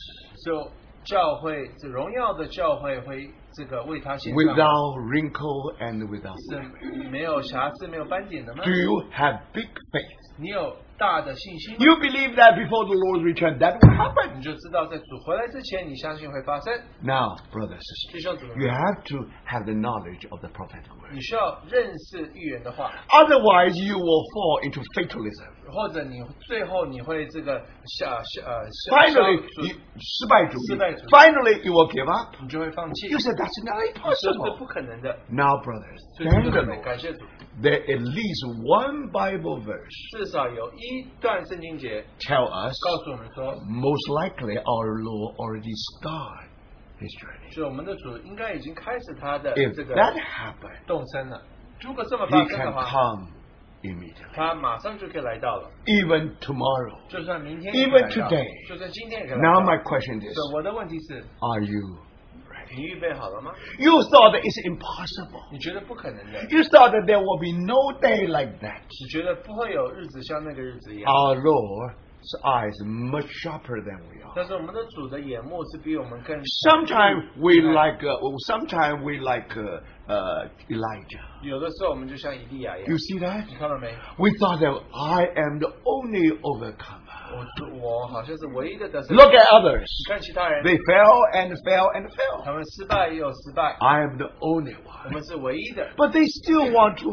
B: 就教会这荣耀的教会会这个为他献上，
A: without wrinkle and without.
B: 是没有瑕疵、没有斑点的吗
A: Do？you have big faith?
B: 你有大的信心吗，
A: You believe that before the Lord's return that will happen?
B: 你就知道在主回来之前，你相信会发生。
A: Now, brothers and sisters,
B: 弟兄姊妹
A: you
B: 们，
A: have to have the knowledge of the prophetic
B: 你
A: word.
B: 需要认识预言的话，
A: Otherwise, you will fall into fatalism.
B: 或者你最后你会这个下下呃下
A: Finally,
B: 下
A: you, 失败主义.
B: 失败主义。
A: finally, you will give up.
B: 你就会放弃，
A: You said that's not
B: 这是
A: impossible.
B: 不可能的。
A: Now, brothers,
B: 所以弟
A: thank
B: 兄
A: the
B: 姊妹，
A: Lord.
B: 感谢主，
A: There at least one Bible verse
B: 至少有一段圣经节
A: tell us
B: 告诉我们说，
A: most likely our Lord already started his journey.
B: 就我们的主应该已经开始他的
A: If
B: 这个
A: that happened,
B: 动身了。如果这么
A: he
B: 发生的
A: can
B: 话，
A: come immediately.
B: 他马上就可以来到了，
A: Even tomorrow.
B: 就算明天
A: Even
B: 也可以来到
A: today
B: 就算今天也可以来
A: Now
B: 到。
A: my question is,
B: 所以我的问题是，
A: are you?
B: 你预备好了吗？
A: You thought that it's impossible.
B: 你觉得不可能的，
A: You thought that there will be no day like that.
B: 你觉得不会有日子像那个日子一样。
A: Our Lord's eyes much sharper than we are.
B: 但是我们的主的眼目是比我们更
A: Sometimes we like, uh, sometimes we like uh, uh, Elijah.
B: 有的时候我们就像以利亚一样
A: You，see that?
B: 你看到没？
A: We thought that I am the only overcomer.
B: 我是我好像是唯一的得胜。
A: Look at others.
B: 你看其他人，
A: They fell and fell and fell.
B: 他们失败也有失败，
A: I am the only
B: 我
A: one.
B: 们是唯一的。
A: But they still want to.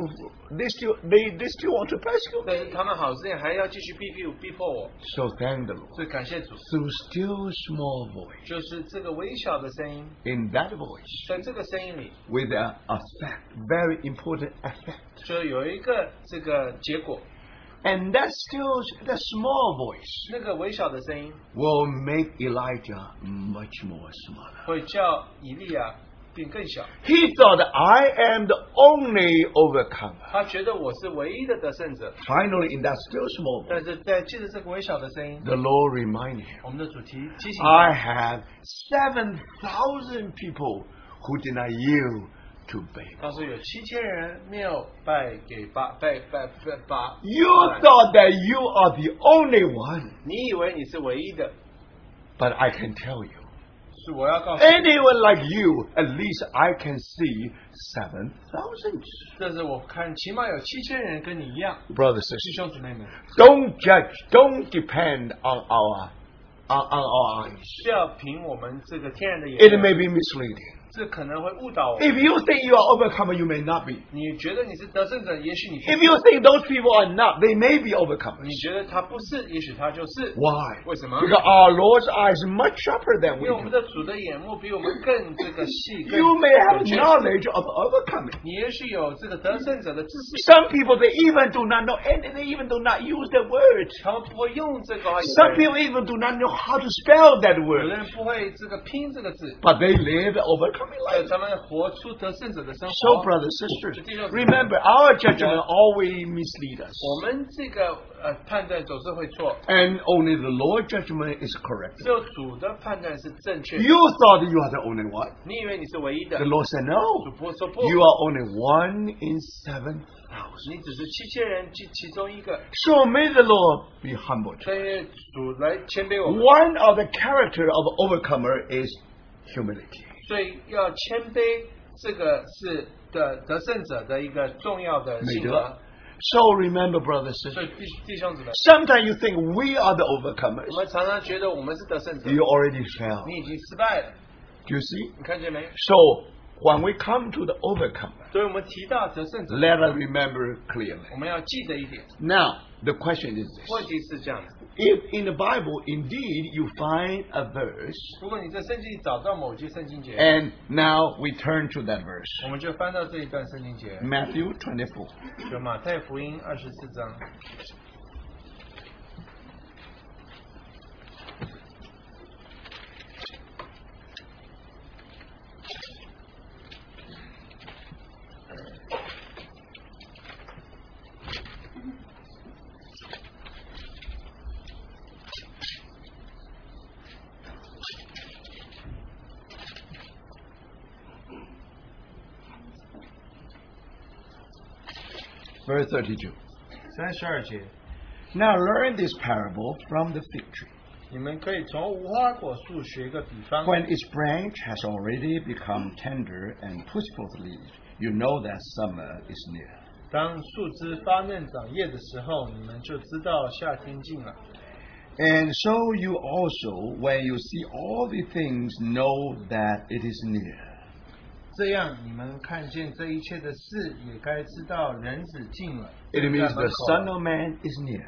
A: They still they, they still want to persecute
B: 但是
A: me.
B: 他们好像还要继续逼逼逼迫我，
A: So thank the Lord.
B: 所以感谢主，
A: Through still small voice,
B: 就是这个微小的声音，
A: in that voice,
B: 在这个声音里，
A: with an effect, very important effect,
B: 就有一个这个结果。
A: and that still that small voice
B: 那个微小的声音
A: will make Elijah much more smaller.
B: 会叫以利亚变更小。
A: He thought I am the only overcomer.
B: 他觉得我是唯一的得胜者，
A: Finally, in that still small voice,
B: 但是在借着这个微小的声音，
A: the Lord reminded him.
B: 我们的主题提醒他
A: I have 7,000 people who did not yield to Baal.
B: 他说有七千人没有败给巴败败败巴。
A: You thought that you are the only one,
B: 你以为你是唯一的，
A: but I can tell you,
B: 是我要告诉你，
A: anyone like you, at least I can see 7,000.
B: 但是我看起码有七千人跟你一样，
A: Brothers and
B: 弟
A: sisters,
B: 兄姊妹们，
A: don't judge, don't depend on our, on, on our eyes.
B: 需要凭我们这个天然的
A: It
B: 眼
A: may
B: 光，
A: be misleading.
B: 这可能会误导我们。
A: If you think you are overcomer, you may not be.
B: 你觉得你是得胜者，也许你不
A: If you think those people are not, they may be overcomers.
B: 你觉得他不是，也许他就是。
A: Why?
B: 为什么？
A: Because our Lord's eyes are much sharper than we
B: 因为我们
A: do.
B: 的主的眼目比我们更这个 细，更
A: You may have
B: 准确
A: knowledge of overcoming.
B: 你也许有这个得胜者的知识，
A: Some people they even do not know, and they even do not use the word.
B: 他们不会用这个话语，
A: Some people even do not know how to spell that
B: 有的
A: word.
B: 人不会这个拼这个字，
A: But they live the overcoming
B: 所以
A: life.
B: 他们活出得胜者的生
A: So,
B: 活。
A: brothers sisters, remember our judgment always mislead us,
B: 我们这个呃判断总是会错，
A: and only the Lord's judgment is correct.
B: 只有主的判断是正确的。
A: You thought you are the only one.
B: 你以为你是唯一的
A: The，Lord said,
B: 主
A: No,
B: 播说不，
A: you are only one in seven.
B: 你只是七千人其其中一个。
A: So may the Lord be humble to
B: 但愿主来谦卑我们，
A: One of the character of overcomer is humility.
B: 所以要谦卑，这个是的得胜者的一个重要的性格
A: 美德。。So remember, brothers and
B: 所以
A: sisters,
B: 弟弟兄姊妹，
A: sometimes you think we are the
B: 我
A: overcomers.
B: 们常常觉得我们是得胜者，
A: You already fell.
B: 你已经失败了，
A: Do you see?
B: 你看见
A: 哎
B: 没？
A: So when we come to the overcomer,
B: 所以我们提到得胜者，
A: let us remember clearly.
B: 我们要记得一点。
A: Now, the question is
B: 问
A: this.
B: 题是这样子：
A: If in the Bible indeed you find a verse,
B: 如果你在圣经里找到某些圣经节，
A: and now we turn to that verse.
B: 我们就翻到这一段圣经节，
A: Matthew 24.
B: 就马太福音二十四章。
A: Verse 32.
B: 三十二节，
A: Now learn this parable from the fig tree.
B: 你们可以从无花果树学一个比方。
A: When its branch has already become tender and puts forth leaves, you know that summer is near.
B: 当树枝发嫩长叶的时候，你们就知道夏天近了。
A: And so you also, when you see all the things, know that it is near.
B: 这样，你们看见这一切的事，也该知道人子近了。
A: It
B: 就
A: means
B: 在门
A: the
B: 口
A: Son of Man is near.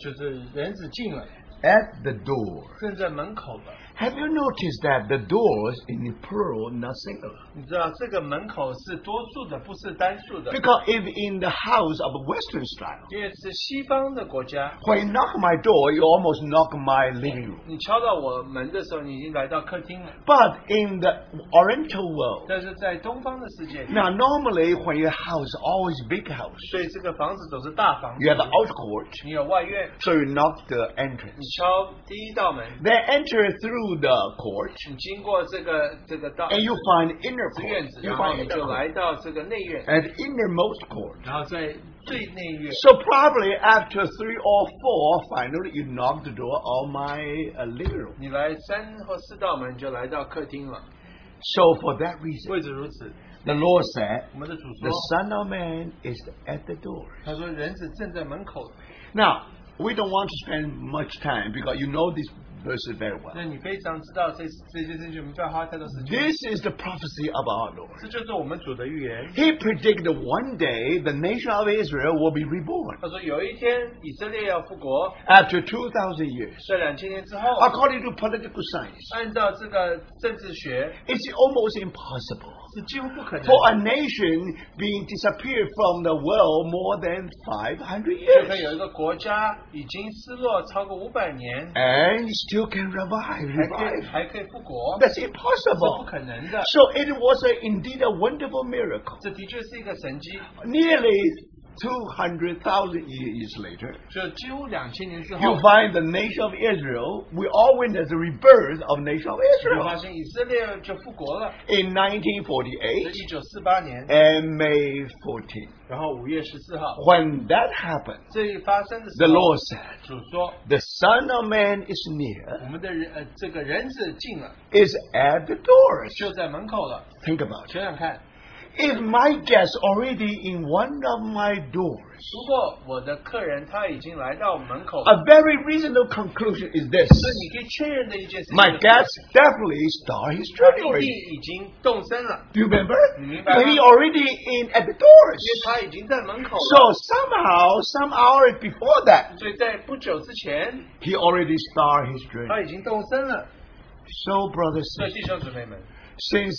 B: 就是人子近了，
A: At the door.
B: 正在门口了。
A: Have you noticed that the doors in the plural, not singular?
B: 你知道这个门口是多数的，不是单数的，
A: Because if in the house of Western style,
B: 因为是西方的国家。
A: when you knock my door, you almost knock my living room.
B: 你敲到我门的时候，你已经来到客厅了。
A: But in the Oriental world,
B: 但是在东方的世界，
A: now normally when your house always big house,
B: 所以这个房子总是大房
A: you
B: 子
A: have，an outcourt,
B: 你有外院，
A: so you knock the entrance.
B: 你敲第一道门，
A: They enter through the court,
B: 你经过这个这个道
A: and you find inner
B: 这
A: court.
B: 院子，
A: You
B: 然后
A: find
B: 你
A: inner
B: 就
A: court.
B: 来到这个内哎院，
A: And innermost court.
B: 然后在最内院，
A: So probably after three or four, finally you knock the door of my uh, living room.
B: 你来三或四道门就来到客厅了。
A: So for that reason,
B: 为此如此，
A: the Lord said,
B: 我们的主
A: the
B: 说，
A: Son of Man is at the door.
B: 他说人子正在门口。
A: Now, we don't want to spend much time because you know these verses very well.
B: 那你非常知道这这件事情，没必要花太多时间。
A: This is the prophecy of our Lord.
B: 这就是我们主的预言。
A: He predicted one day the nation of Israel will be reborn
B: 他说有一天以色列要复国，
A: after 2,000 years.
B: 在两千年之后，
A: According to political science,
B: 按照这个政治学
A: it's almost impossible
B: 是几乎不可能
A: for a nation being disappeared from the world more than 500
B: 就可以
A: years
B: 有一个国家已经失落超过五百年，
A: and still can revive.
B: 还可以
A: revive.
B: 还可以复国，
A: That's
B: 这是不
A: impossible.
B: 可能的。
A: So it was a, indeed a wonderful miracle.
B: 这的确是一个神迹，
A: Nearly 200,000 years later,
B: 就几乎两千年之后
A: you，find the nation of Israel. We all witnessed the rebirth of nation of
B: 就发
A: Israel
B: 现以色列就复国了，
A: in
B: 是
A: 1948
B: 一九四八年，
A: and May 14.
B: 然后五月十四号，
A: When that happened,
B: 这一发生的时
A: the
B: 候
A: Lord，said,
B: 主说
A: The Son of Man is
B: 我
A: near,
B: 们的人呃这个人子进了，
A: is at the doors.
B: 就在门口了。
A: Think about it.
B: 想想看，
A: If my guest already in one of my doors,
B: 如果我的客人他已经来到门口，
A: a very reasonable conclusion is this.
B: 这你可以确认的一件事情。
A: My guest definitely started his
B: 他
A: journey
B: 弟弟
A: already.
B: 已经动身了，
A: Do you remember?
B: Mhm.
A: But he already in at the doors.
B: 因为他已经在门口
A: So
B: 了，
A: somehow, some hours before that,
B: 所以在不久之前
A: he already started his
B: 他
A: journey.
B: 已经动身了。
A: So, brothers,
B: 所以弟兄姊妹们，
A: since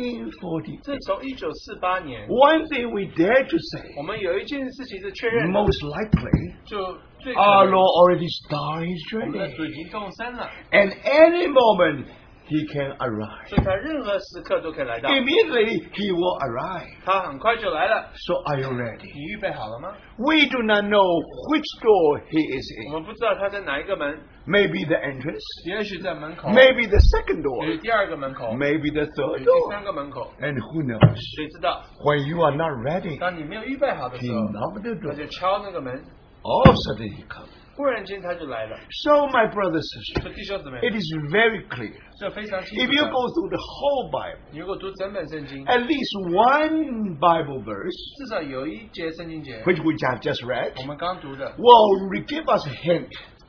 A: 1940,
B: 自从一九四八年，
A: one thing we dare to say,
B: 我们有一件事情是确认的，
A: most likely,
B: 就最可
A: our
B: 能
A: Lord already started his
B: 我们的
A: journey.
B: 主已经动身了，
A: And any moment, he can arrive.
B: 所以他任何时刻都可以来到，
A: Immediately, he will arrive.
B: 他很快就来了。
A: So, are you ready?
B: 你预备好了吗？
A: We do not know which door he is
B: 我
A: in.
B: 们不知道他在哪一个门，
A: Maybe the entrance,
B: 也许在门口，
A: maybe the second
B: 也
A: door,
B: 许第二个门口，
A: maybe the
B: 也
A: third
B: 许第
A: door.
B: 三个门口。
A: And who knows?
B: 谁知道？
A: When you are not ready,
B: 当你没有预备好的
A: he
B: 时候，
A: knocked the
B: 他就
A: door.
B: 敲那个门，
A: All of a sudden he comes.
B: 忽然间他就来了。
A: So, my brother, sister,
B: 说弟兄姊妹，
A: it is very clear.
B: 这非常清
A: If
B: 楚
A: you
B: 的。
A: go through the whole Bible,
B: 你如果读整本圣经，
A: at least one Bible verse,
B: 至少有一节圣经节，
A: which we have just read,
B: 我们刚读的，
A: will give us a hint.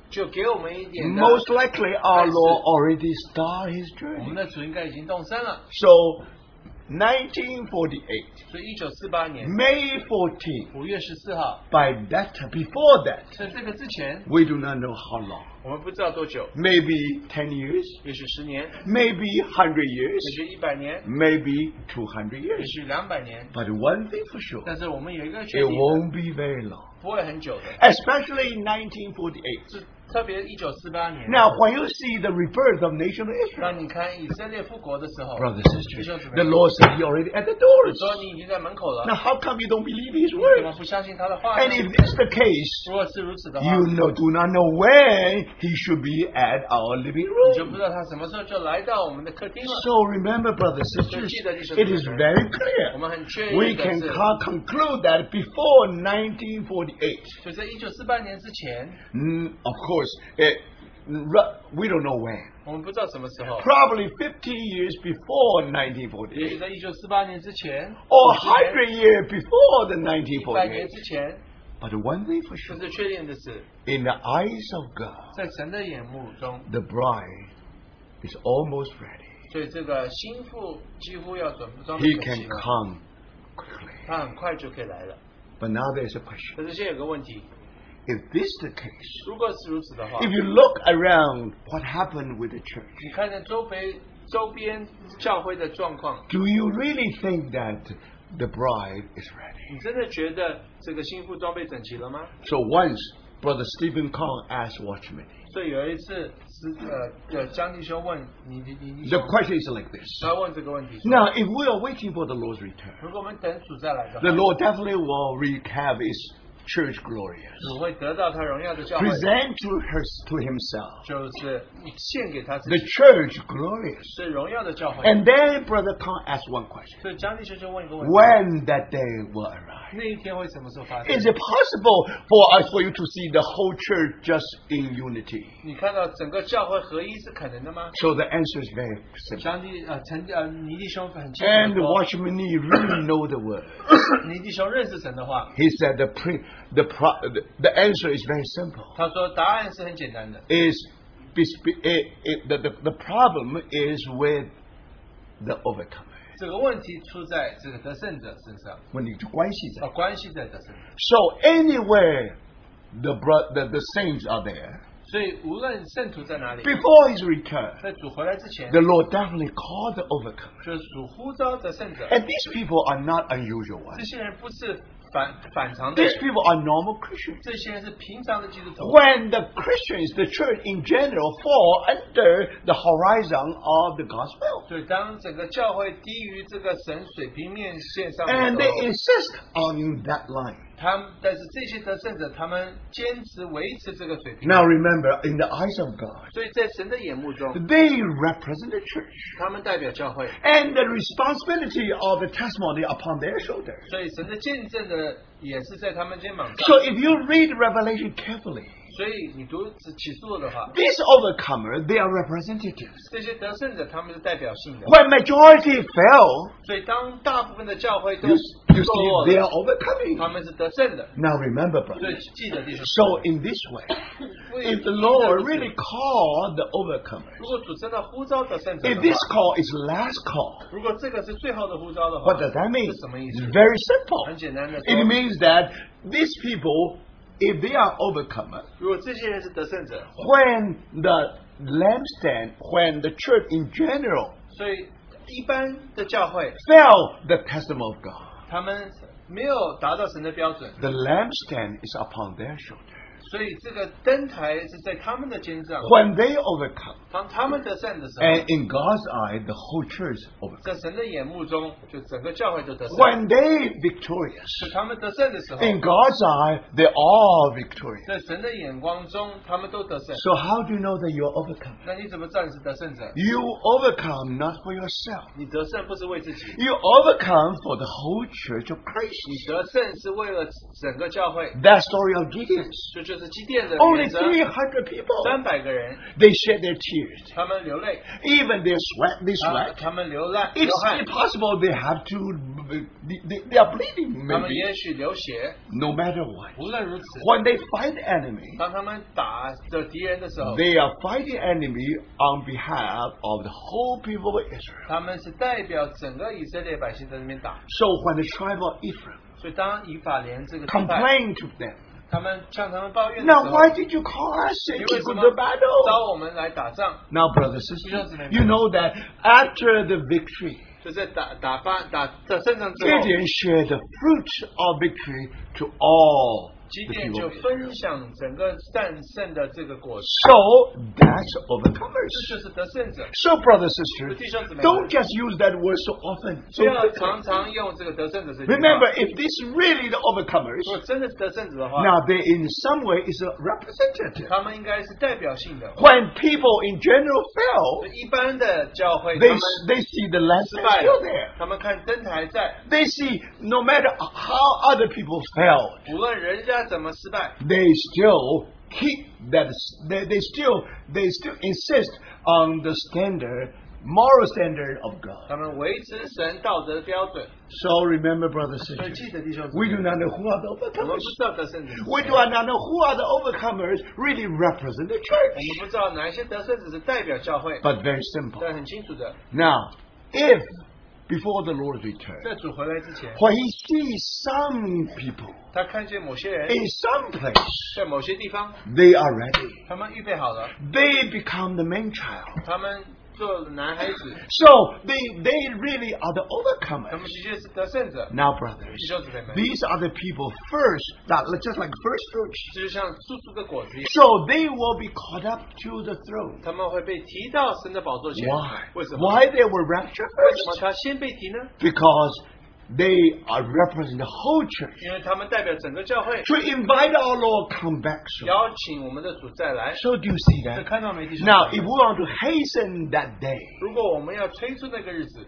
B: 就给我们一点的。
A: Most likely, our
B: Yes.
A: Lord already started his
B: 我们
A: journey.
B: 的主应该已经动身了。
A: So, 1948,
B: 所以一九四八年
A: May 14.
B: 五月十四号，
A: By that, before that,
B: 在这个之前，
A: we do not know how long.
B: 我们不知道多久，
A: Maybe 10 years,
B: 也许十年，
A: maybe 100 years,
B: 也许一百年，
A: maybe 200
B: 也
A: years.
B: 许两百年。
A: But one thing for sure,
B: 但是我们有一个确
A: it
B: 定的，
A: won't be very long.
B: 不会很久的。
A: Especially in 1948.
B: 这特别一九四八年，
A: Now, when you see the rebirth of nation of Israel,
B: 当你看以色列复国的时候，
A: brothers and sisters,
B: 弟兄姊妹
A: the，Lord said He already at the
B: 你说
A: doors.
B: 你已经在门口了，
A: Now, how come you don't believe His
B: 你怎么
A: word?
B: 不相信他的话呢
A: And？if that's the case,
B: 如果是如此的话，
A: 哎 you know, do not know when He should be at our living
B: 你就不
A: room.
B: 知道他什么时候就来到我们的客厅了。
A: So remember, brothers and sisters, it is very
B: 我
A: clear.
B: 们很确
A: We
B: 定的
A: can
B: 是，
A: con- conclude that before 1948,
B: 就在一九四八年之前，
A: mm, of course, it, ru- we don't know when.
B: 我们不知道什么时候，
A: Probably 15 years before
B: 也
A: 1948,
B: 许在一九四八年之前，
A: or
B: 50
A: 100 years before the
B: 一百年
A: 1948.
B: 之前，
A: But one thing for sure,
B: 这是确定的是，
A: in the eyes of God,
B: 在神的眼目中，
A: the bride is almost ready.
B: 所以这个心腹几乎要准装备
A: He
B: 得
A: can
B: 起了，
A: come quickly.
B: 他很快就可以来了。
A: But now there's a question.
B: 可是现在有个问题，
A: If this is the case,
B: 如果是如此的话，
A: if you look around what happened with the church,
B: 你看看周围周边教会的状况，
A: do you really think that the bride is ready?
B: 你真的觉得这个心腹装备整齐了吗？
A: So once Brother Stephen Kong asked Watchman,
B: 所以有一次，是呃呃，江弟兄问你你你你
A: the question is like this.
B: 他问这个问题说
A: Now, if we are waiting for the Lord's return,
B: 如果我们等主再来的
A: the
B: 话，
A: Lord definitely will wreak His church glorious,
B: 主会得到他荣耀的教会，
A: present to her to Himself
B: 就是献给他自
A: the
B: 己
A: church glorious.
B: 是荣耀的教会。
A: And then Brother Kong asked one question:
B: 所以江弟兄就问一个问题：
A: When that day will arrive?
B: 那一天会什么时候发生
A: Is？it possible for us for you to see the whole church just in unity?
B: 你看到整个教会合一是可能的吗？
A: So the answer is very simple.
B: 江弟呃陈呃倪弟兄很清楚
A: And
B: 地
A: the
B: 说，
A: watchman Nee really know the word.
B: 倪弟兄认识神的话，
A: He said the pre, the pro, the answer is very simple.
B: 他说答案是很简单的，
A: Is bespe- it, it, the, the the problem is with the overcomer.
B: 这个问题出在这个得胜者身上，
A: When you 关系在-
B: 啊，关系在得胜者。
A: So anywhere the, bro, the the saints are there
B: 所以无论圣徒在哪里，
A: before his return,
B: 在主回来之前
A: the，Lord definitely called the overcomer.
B: 就是主呼召得胜者。
A: And these people are not unusual
B: 这
A: ones.
B: 些人不是反反常的
A: These
B: 人，
A: people are normal Christians.
B: 这些人是平常的基督徒。
A: When the Christians, the church in general, fall under the horizon of the gospel,
B: 所以当整个教会低于这个神水平面线上的
A: and
B: 时
A: they
B: 候，
A: insist on that line.
B: 他们但是这些得胜者，他们坚持维持这个水平。
A: Now remember, in the eyes of God,
B: 所以在神的眼目中，
A: they represent the church
B: 他们代表教会，
A: and the responsibility of the testimony upon their shoulders.
B: 所以神的见证的也是在他们肩膀上。
A: So if you read Revelation carefully,
B: 所以你读起诉的话，
A: this overcomer, they are representatives.
B: 这些得胜者他们是代表性的。
A: When majority fell,
B: 所以当大部分的教会都
A: you, you
B: 堕
A: see
B: 落
A: they
B: 了，
A: are overcoming.
B: 他们是得胜的。
A: Now remember,
B: 所
A: brother.
B: 以记得弟兄，
A: So in this way,
B: 所以
A: if the Lord really called the overcomer,
B: 如果主真的呼召得胜者的
A: if
B: 话
A: this call is last call,
B: 如果这个是最后的呼召的话
A: what does that mean?
B: 是什么意思？
A: It's very simple.
B: 很简单的
A: It
B: 说，
A: means that these people, if they are overcomer,
B: 如果这些人是得胜者，
A: when the lampstand, when the church in general
B: 所以一般的教会
A: fell the testimony of God,
B: 他们没有达到神的标准，
A: the lampstand is upon their shoulder.
B: 所以这个灯台是在他们的肩上。
A: When they overcome,
B: 当他们得胜的时候
A: and，in God's eye, the whole church overcome.
B: 在神的眼目中，就整个教会都得胜。
A: When they victorious,
B: 是他们得胜的时候，
A: In God's eye, they're all victorious.
B: 在神的眼光中，他们都得胜。
A: So how do you know that you're overcome?
B: 那你怎么知道你是得胜者？
A: You overcome not for yourself.
B: 你得胜不是为自己，
A: You overcome for the whole church of Christ.
B: 你得胜是为了整个教会。
A: That story of Gideon.
B: 这就是基甸的
A: Only
B: 原则。
A: 300 people.
B: 三百个人，
A: They shed their tears.
B: 他们流泪，
A: Even their sweat, they
B: 他
A: sweat.
B: 他们流浪流
A: It's
B: 汗，
A: impossible. They have to. They, they- they are bleeding,
B: 他们
A: maybe.
B: 也许流血。
A: No matter what.
B: 无论如此，
A: When they fight the enemy,
B: 当他们打的敌人的时候，
A: they are fighting enemy on behalf of the whole people of Israel.
B: 他们是代表整个以色列百姓在那边打。
A: So when the tribe of Ephraim
B: 所以当以法莲这个时代，
A: complain to them.
B: 他们向他们抱怨的时
A: Now,
B: 候，
A: why did you call us
B: You
A: into
B: was
A: the
B: not-
A: battle?
B: 招我们来打仗，
A: Now, brothers and
B: You was
A: sisters,
B: not-
A: you know that after the victory,
B: 就在打打发打的胜仗之后，
A: Gideon shared the fruit of victory to all
B: 基
C: the
B: 甸就
C: people.
B: 分享整个战胜的这个果实，
A: So that's overcomers.
B: 这就是得胜者。
A: So, brothers
B: 所
A: and
B: 以弟兄
A: sisters,
B: 姊妹们，
A: don't just use that word so often.
B: 不
A: So
B: 要
A: quickly.
B: 常常用这个得胜者这句话。
A: Remember, if this really the
B: 如果
A: overcomers,
B: 真的是得胜者的话，
A: now they in some way is a representative.
B: 他们应该是代表性的。
A: When people in general fail,
B: 一般的教会，他
A: they
B: 们
A: they see the lamp
B: 失败
A: still
B: 了
A: there.，
B: 他们看灯台在，
A: They see no matter how other people failed,
B: 无论人家怎么失败，
A: they still keep that. They, they still they still insist on the standard, moral standard of God.
B: 他们维持神道德的标准。
A: So remember, brothers and
B: 所以
A: sisters,
B: 记得弟兄姊
A: we
B: 妹
A: do，not know who are the
B: 我们不
A: overcomers.
B: 知道得胜者是谁，我
A: We do not know who are the overcomers really represent the church.
B: 们不知道哪一些得胜者是代表教会，
A: But very simple.
B: 但很清楚的，
A: Now, if before the Lord's return,
B: 在主回来之前，
A: when he sees some people
B: 他看见某些人
A: in some place,
B: 在某些地方，
A: they are ready.
B: 他们预备好了，
A: They become the main child.
B: 他们做了男孩子，
A: So they, they really are the
B: 他们
A: overcomers.
B: 的确是得胜者。
A: Now, brothers,
B: 弟兄姊妹们，
A: these are the people first, that just like first fruits.
B: 这就像树树的果子一样，
A: So they will be caught up to the throne.
B: 他们会被提到神的宝座前
A: Why?。
B: 为什么？
A: Why they were raptured
B: 为什么
A: first?
B: 他先被提呢？
A: Because they are representing the whole church.
B: 因为他们代表整个教会，
A: To invite our Lord come back soon.
B: 邀请我们的主再来。
A: So do you see
B: 这
A: that?
B: 看到没，弟兄
A: Now, if
B: 姊
A: we
B: 妹
A: want to hasten that day,
B: 如果我们要催促那个日子，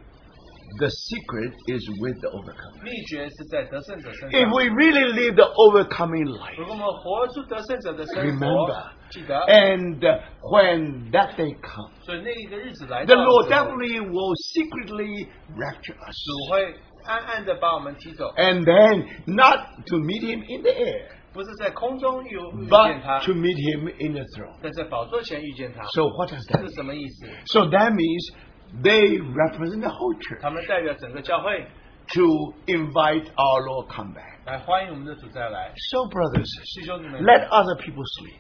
A: the secret is with the overcomer.
B: 秘诀是在得胜者身
A: If
B: 上。
A: we really live the overcoming life,
B: 如果我们活出得胜者的生活
A: Remember，
B: 记得，
A: and uh, when that day comes,
B: 所以那一个日子来
A: the
B: 到的时候，
A: Lord definitely will secretly rapture us.
B: 主会暗暗的把我们踢走，
A: And then not to meet him in the air,
B: 不是在空中遇遇见他
A: but，to meet him in the throne.
B: 但在宝座前遇见他，
A: So what does that
B: 这是
A: mean?
B: 什么意思？
A: So that means they represent the whole church
B: 他们代表整个教会
A: to invite our Lord come back. Mm-hmm.
B: 来欢迎我们的主再来。
A: So brothers,
B: 弟兄姊妹，
A: let other people sleep.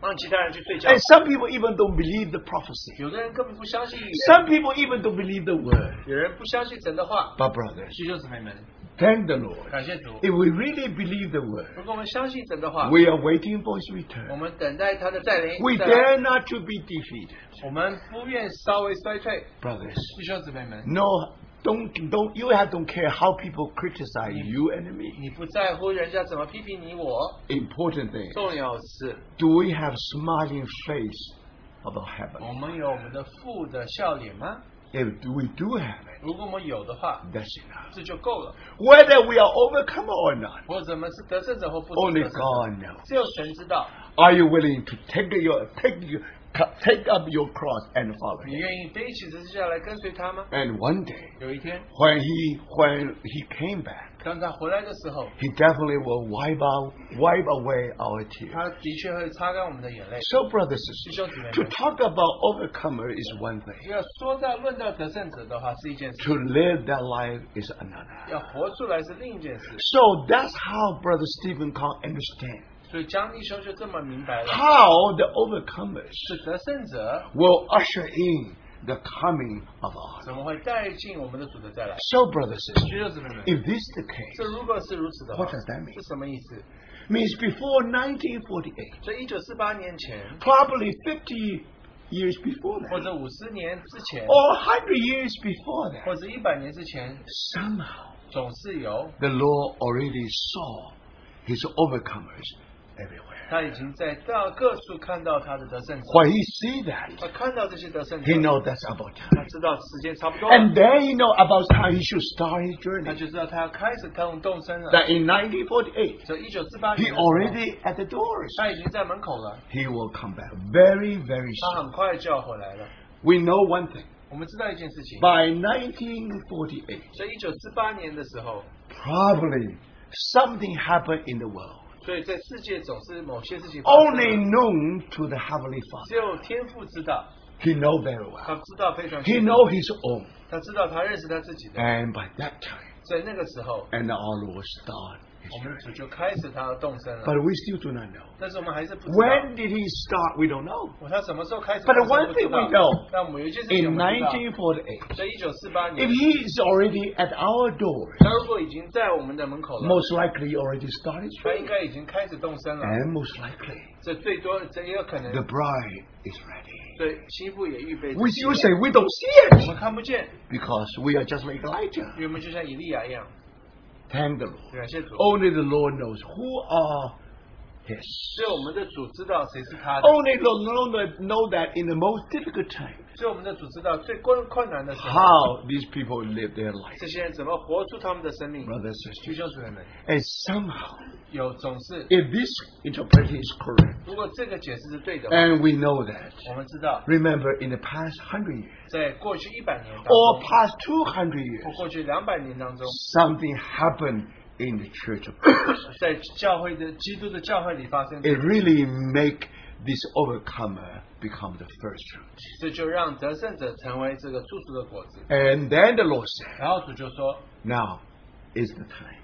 B: 让其他人去睡觉
A: And。some people even don't believe the prophecy.
B: 有的人根本不相信预言，
A: Some people even don't believe the word.
B: 有人不相信神的话。
A: But brothers,
B: 弟兄姊妹们，
A: thank the Lord.
B: 感谢主。
A: If we really believe the word,
B: 如果我们相信神的话，
A: 嗯 we are waiting for his
B: 我
A: return.
B: 们等待他的再临。
A: We
B: 再来
A: dare not to be defeated.
B: 我们不愿稍微衰退，
A: Brothers,
B: 弟兄姊妹们，
A: no, don't, don't, you have don't care how people criticize you and me.
B: 你不在乎人家怎么批评你我，
A: Important thing.
B: 重要是
A: Do we have smiling face about
B: 我
A: heaven?
B: 们有我们的父的笑脸吗？
A: If we do have it,
B: 如果我们有的话，
A: that's enough.
B: 这就够了。
A: Whether we are overcome or not,
B: 我怎么是得胜者或不是
A: only
B: 得胜者？
A: God knows.
B: 只有神知道。
A: Are you willing to take your take your take up your cross and follow
B: 你
A: Him?
B: 愿意背起十字架来跟随他吗？
A: And one day,
B: 有一天，
A: when He when He came back,
B: 当他回来的时候，
A: He definitely will wipe out wipe away our tears.
B: 他的确会擦干我们的眼泪。
A: So, brothers and
B: 弟
A: sisters,
B: 兄姊妹
A: to
B: 们，
A: talk about overcomer is one thing.
B: 要说到论到得胜者的话是一件事
A: To，live that life is another.
B: 要活出来是另一件事。
A: So that's how Brother Stephen can understand
B: 所以江弟兄就这么明白了，
A: how the overcomers
B: 是得胜者
A: will usher in the coming of our.
B: 怎么会带进我们的主的再来？
A: So, brothers and
B: 弟
A: sisters,
B: 兄姊妹们，
A: if this is the case.
B: 这如果是如此的话
A: What does that mean？
B: 是什么意思？
A: means before 1948,
B: 所以一九四八年前
A: probably 50 years before
B: 或
A: that,
B: 者五十年之前
A: or 100 years before
B: 或
A: that,
B: 者一百年之前，
A: somehow
B: 总是有
A: the Lord already saw his overcomers everywhere.
B: 他已经在到各处看到他的得胜者，
A: When he see that,
B: 他看到这些得胜者
A: he，know that's about
B: 他
A: time.
B: 知道时间差不多
A: And
B: 了，
A: then he know about time he should start his
B: 他
A: journey.
B: 就知道他要开始动动身了。
A: That in 1948,
B: 所以一九四八
A: he
B: 年的时候，
A: already at the doors.
B: 他已经在门口了，
A: He will come back very, very soon.
B: 他很快就要回来了。
A: We know one thing.
B: 我们知道一件事情，
A: By 1948,
B: 所以一九四八年的时候，
A: probably something happened in the world.
B: 所以在世界总是某些事情发生了
A: only known to the Heavenly
B: 只
A: Father.
B: 有天父知道，
A: He know very
B: 他
A: well.
B: 知道非常
A: He
B: 清楚
A: know His own.
B: 他知道他认识他自己的，
A: And by that time,
B: 所以那个时候，
A: and our Lord start
B: 我们主就开始他的动身了。
A: But we still do not know.
B: 但是我们还是不知道
A: When did he start? We don't know.
B: 我他什么时候开始
A: But
B: 动身
A: one
B: 不知道
A: thing we know.
B: 但我们有一件事情我
A: In
B: 们知道，
A: 1948,
B: 在一九四八
A: if
B: 年，
A: he is already at our door,
B: 他如果已经在我们的门口了，
A: most likely he already started
B: 他
A: praying.
B: 应该已经开始动身了。
A: And most likely
B: 这最多这也有可能
A: the bride is ready.
B: 对西部也预备。
A: Which you say we don't see
B: 我
A: it
B: 们看不见，
A: because we are just like Elijah.
B: 因为我们就像以利亚一样。
A: Thank the Lord.
B: 感谢主，
A: Only the Lord knows who are his.
B: 所以我们的主知道谁是他的，
A: Only the Lord knows- know that in the most difficult time
B: 所以我们的主知道最困困难的时候，
A: how these people live their life.
B: 这些人怎么活出他们的生命。
A: Brothers and
B: 弟
A: sisters.
B: 兄姊妹们，
A: And somehow,
B: 有总是，
A: if this interpretation is correct,
B: 如果这个解释是对的话，
A: and we know that,
B: 我们知道，
A: remember in the past hundred years
B: 在过去一百年当
A: or
B: 中，
A: past two hundred
B: 或
A: years,
B: 过去两百年当中，
A: something happened in the church of Christ.
B: 在教会的基督的教会里发生，
A: It really make this overcomer become the first fruit.
B: 这就让得胜者成为这个祝福的果子。
A: And then the Lord said,
B: 然后主就说，
A: Now is the time.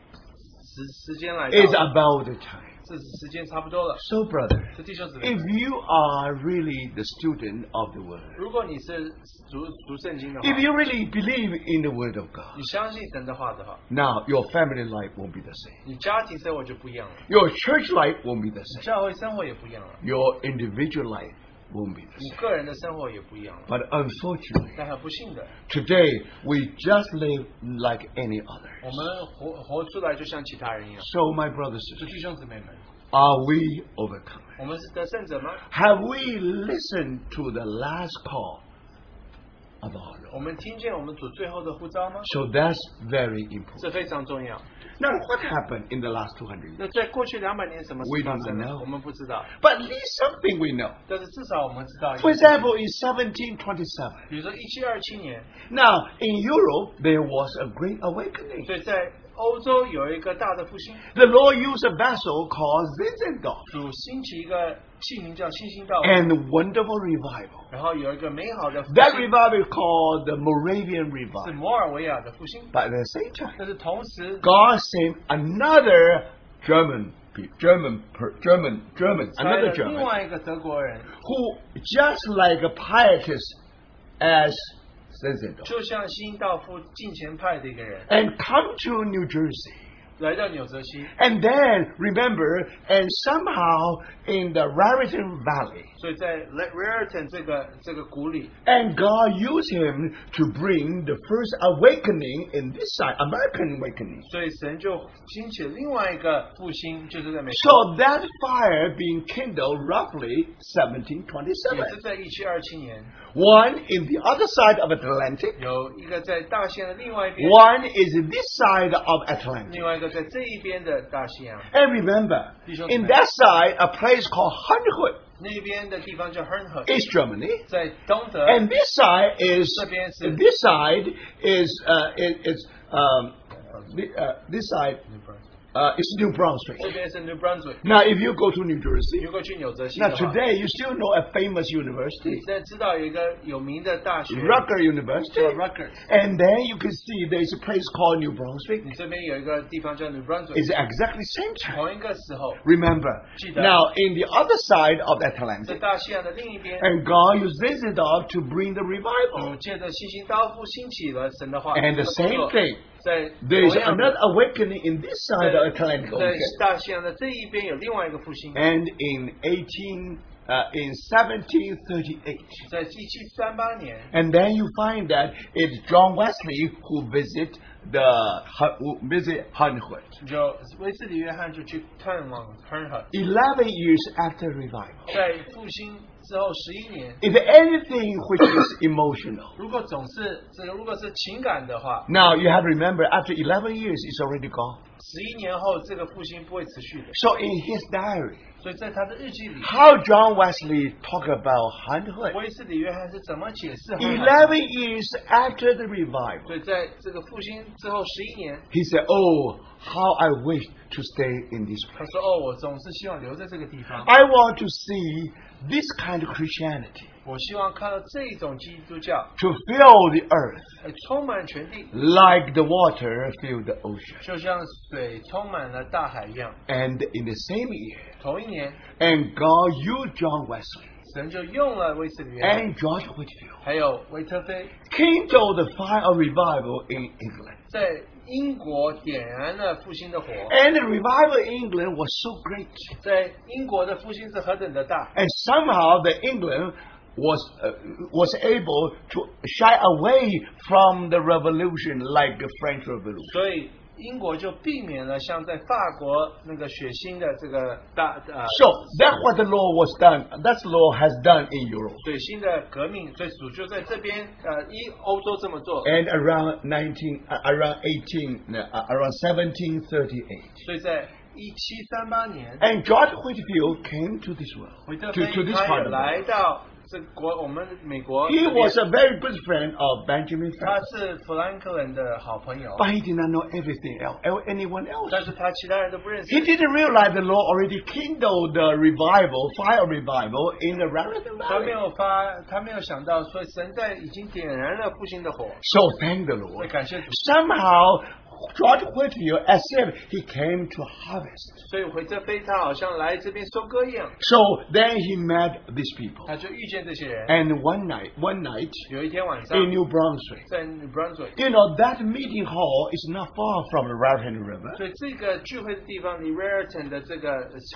B: 时时间来
A: It's
B: 到了，
A: about the time.
B: 这时间差不多了。
A: So, brother,
B: 这弟兄姊妹
A: if，you are really the student of the Word,
B: 如果你是读读圣经的话，
A: if you really believe in the Word of God,
B: 你相信神的话的话，
A: now your family life won't be the same.
B: 你家庭生活就不一样了，
A: Your church life won't be the
B: 你
A: same.
B: 教会生活也不一样了，
A: Your individual life won't be the
B: 你
A: same.
B: 个人的生活也不一样了。
A: But unfortunately,
B: 但很不幸的，
A: today we just live like any other.
B: 我们活活出来就像其他人一样。
A: So, my brothers and
B: 是
A: sisters,
B: 弟兄姊妹们，
A: are we overcomers?
B: 我们是得胜者吗？
A: Have we listened to the last call of our
B: 我
A: Lord?
B: 们听见我们主最后的呼召吗？
A: So that's very important.
B: 这非常重要。
A: Now, what happened in the last 200 years?
B: 那在过去两百年，什么
A: We
B: 事
A: don't
B: 发生
A: know.
B: 了？我们不知道。
A: But at least something we know.
B: 但是至少我们知道一
A: For
B: 个，
A: example, in 1727,
B: 比如说一七二七年，
A: now in Europe, there was a great awakening.
B: 所以在欧洲有一个大的复兴，
A: The Lord used a vessel called Zinzendorf
B: 主兴起一个器名叫新兴道，
A: and wonderful revival.
B: 然后有一个美好的复
A: That
B: 兴，
A: revival is called the Moravian
B: 是
A: revival.
B: 摩尔维亚的复兴。
A: But at the same time,
B: 但是同时，
A: God sent another German, pe- German, per- German, German,
B: 来了
A: another
B: 另
A: German
B: 外一个德国人，
A: who just like a pietist as Zinzendorf
B: 就像新道夫近前派的一个人，
A: and come to New Jersey.
B: 来到纽泽西，
A: And then remember, and somehow in the Raritan Valley,
B: 所以在 Raritan 这个这个谷里，
A: and God used him to bring the first awakening in this side, American awakening.
B: 所以神就兴起另外一个复兴，就是在美国，
A: So that fire being kindled roughly 1727.
B: 也是在一七二七年，
A: One in the other side of Atlantic,
B: 有一个在大西洋的另外一边，
A: one is in this side of Atlantic.
B: 另外一个在这一边的大西洋，
A: And remember, in that side, a place called Hunhood
B: 那边的地方叫 Hernhut，
A: is Germany.
B: 在东德，
A: And this side is this side is uh, is, is um, the- uh, this side uh, is New
B: 这
A: Brunswick.
B: 边是 New Brunswick。
A: Now, if you go to New Jersey,
B: 如果去纽泽西
A: now
B: 的话，
A: today you still know a famous university,
B: 你现在知道有一个有名的大学
A: Rucker University,
B: 叫 Rutgers，
A: and then you can see there's a place called New Brunswick.
B: 你这边有一个地方叫 New Brunswick，
A: It's exactly same time.
B: 同一个时候，
A: Remember, now in the other side of the
B: 在
A: Atlantic,
B: 大西洋的另一边，
A: and God used Zizidov to bring the
B: 主
A: revival.
B: 借着信心刀夫兴起了神的话。
A: And the same thing,
B: 在
A: there's
B: 同样
A: another
B: 的
A: awakening in this side of
B: 在
A: Atlantic
B: 在
A: Ocean. 哎
B: 大西洋的这一边有另外一个复兴，
A: and in 18 uh, in 1738.
B: 在一七三八年，
A: And then you find that it's John Wesley who visit the who visit Hunwood.
B: 就威斯里约翰就去探望 Hernhut。
A: Eleven years after revival.
B: 在复兴之后十一年，
A: If anything which is emotional,
B: 如果总是这个如果是情感的话，
A: now you have to remember after 11 years it's already gone.
B: 十一年后这个复兴不会持续的。
A: So in his diary,
B: 所以在他的日记里，
A: how John Wesley talk about Hunwood?
B: 威斯里约翰是怎么解释 Hernhut？
A: 11 years after the revival,
B: 所以在这个复兴之后十一年，
A: he said, "Oh, how I wish to stay in this place."
B: 他说：“哦，我总是希望留在这个地方，
A: I want to see this kind of Christianity.
B: 我我希望看到这种基督教
A: to fill the earth
B: 呃充满全地，
A: like the water filled the ocean.
B: 就像水充满了大海一样。
A: And in the same year,
B: 同一年，
A: and God used John Wesley
B: 神就用了威斯理约，
A: and George Whitfield,
B: 还有维特菲，
A: kindled the fire of revival in England.
B: 在英国点燃了复兴的火。
A: And the revival in England was so great.
B: 在英国的复兴是何等的大，
A: And somehow the England was, uh, was able to shy away from the revolution like the French Revolution.
B: 所以英国就避免了像在法国那个血腥的这个大呃
A: So that's what the law was done. That's law has done in Europe.
B: 水星的革命，所以主就在这边呃一欧洲这么做，
A: And around 19, uh, around 18, no, uh, around 1738.
B: 所以在一七三八年，
A: And George Whitefield came to this world,
B: 维
A: to,
B: 特菲
A: to this
B: 他也
A: part of the
B: 来
A: world.
B: 到这国我们美国这
A: He
B: 边，
A: was a very good friend of Benjamin
B: 他
A: Franklin,
B: 是富兰克林的好朋友，
A: but he did not know everything else, or anyone else.
B: 但是他其他人都不认识
A: He，didn't realize the law already kindled the revival, fire revival in the Raritan
B: 他没
A: Valley.
B: 有发，他没有想到说神在已经点燃了复兴的火，
A: So thank the
B: 所以
A: Lord.
B: 感谢主，
A: Somehow, George Whitefield, as if he came to harvest.
B: 所以回这飞他好像来这边收割一样，
A: So then he met these people.
B: 他就遇见这些人。
A: And one night, one night
B: 有一天晚上，
A: in New Brunswick,
B: 在 New Brunswick，
A: you know, that meeting hall is not far from the Raritan River.
B: 所以这个聚会的地方离 Raritan 的这个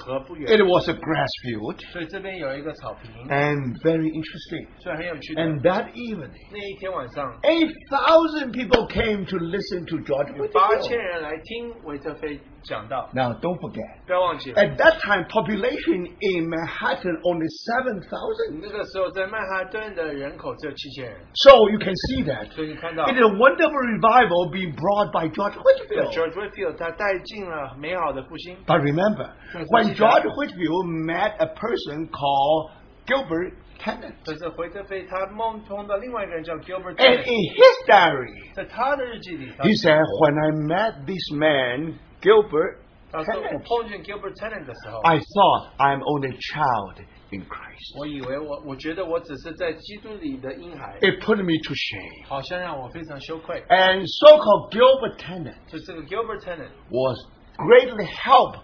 B: 河不远，
A: It was a grass field
B: 所以这边有一个草坪，
A: and very interesting.
B: 所以很有趣的。
A: 哎 And that evening,
B: 那一天晚上，
A: 8,000 people came to listen to George
B: 有八
A: Whitefield.
B: 千人来听维特菲讲道。
A: Now, don't forget,
B: 不要忘记了，
A: at that time, population in Manhattan only 7,000.
B: 那个时候在曼哈顿的人口只有七千人，
A: So you can see that.
B: 所以你看到
A: It is a wonderful revival being brought by George Whitefield.
B: George Whitfield 他带进了美好的复兴。
A: But remember,
B: Yes,
A: when
B: yes.
A: George Whitfield met a person called Gilbert Tennant,
B: 可是回特菲他梦中的另外一个人叫 Gilbert，
A: and
B: Tennant，
A: in his diary,
B: 在他的日记里，他
A: he said, When I met this man, Gilbert
B: 他说我
A: Tennant,
B: 碰见 Gilbert Tennant 的时候，
A: I thought I'm only a child in Christ.
B: 我以为我我觉得我只是在基督里的婴孩，
A: It put me to shame.
B: 好像让我非常羞愧。
A: And so called Gilbert Tennant
B: 就这个 Gilbert Tennant，
A: was greatly helped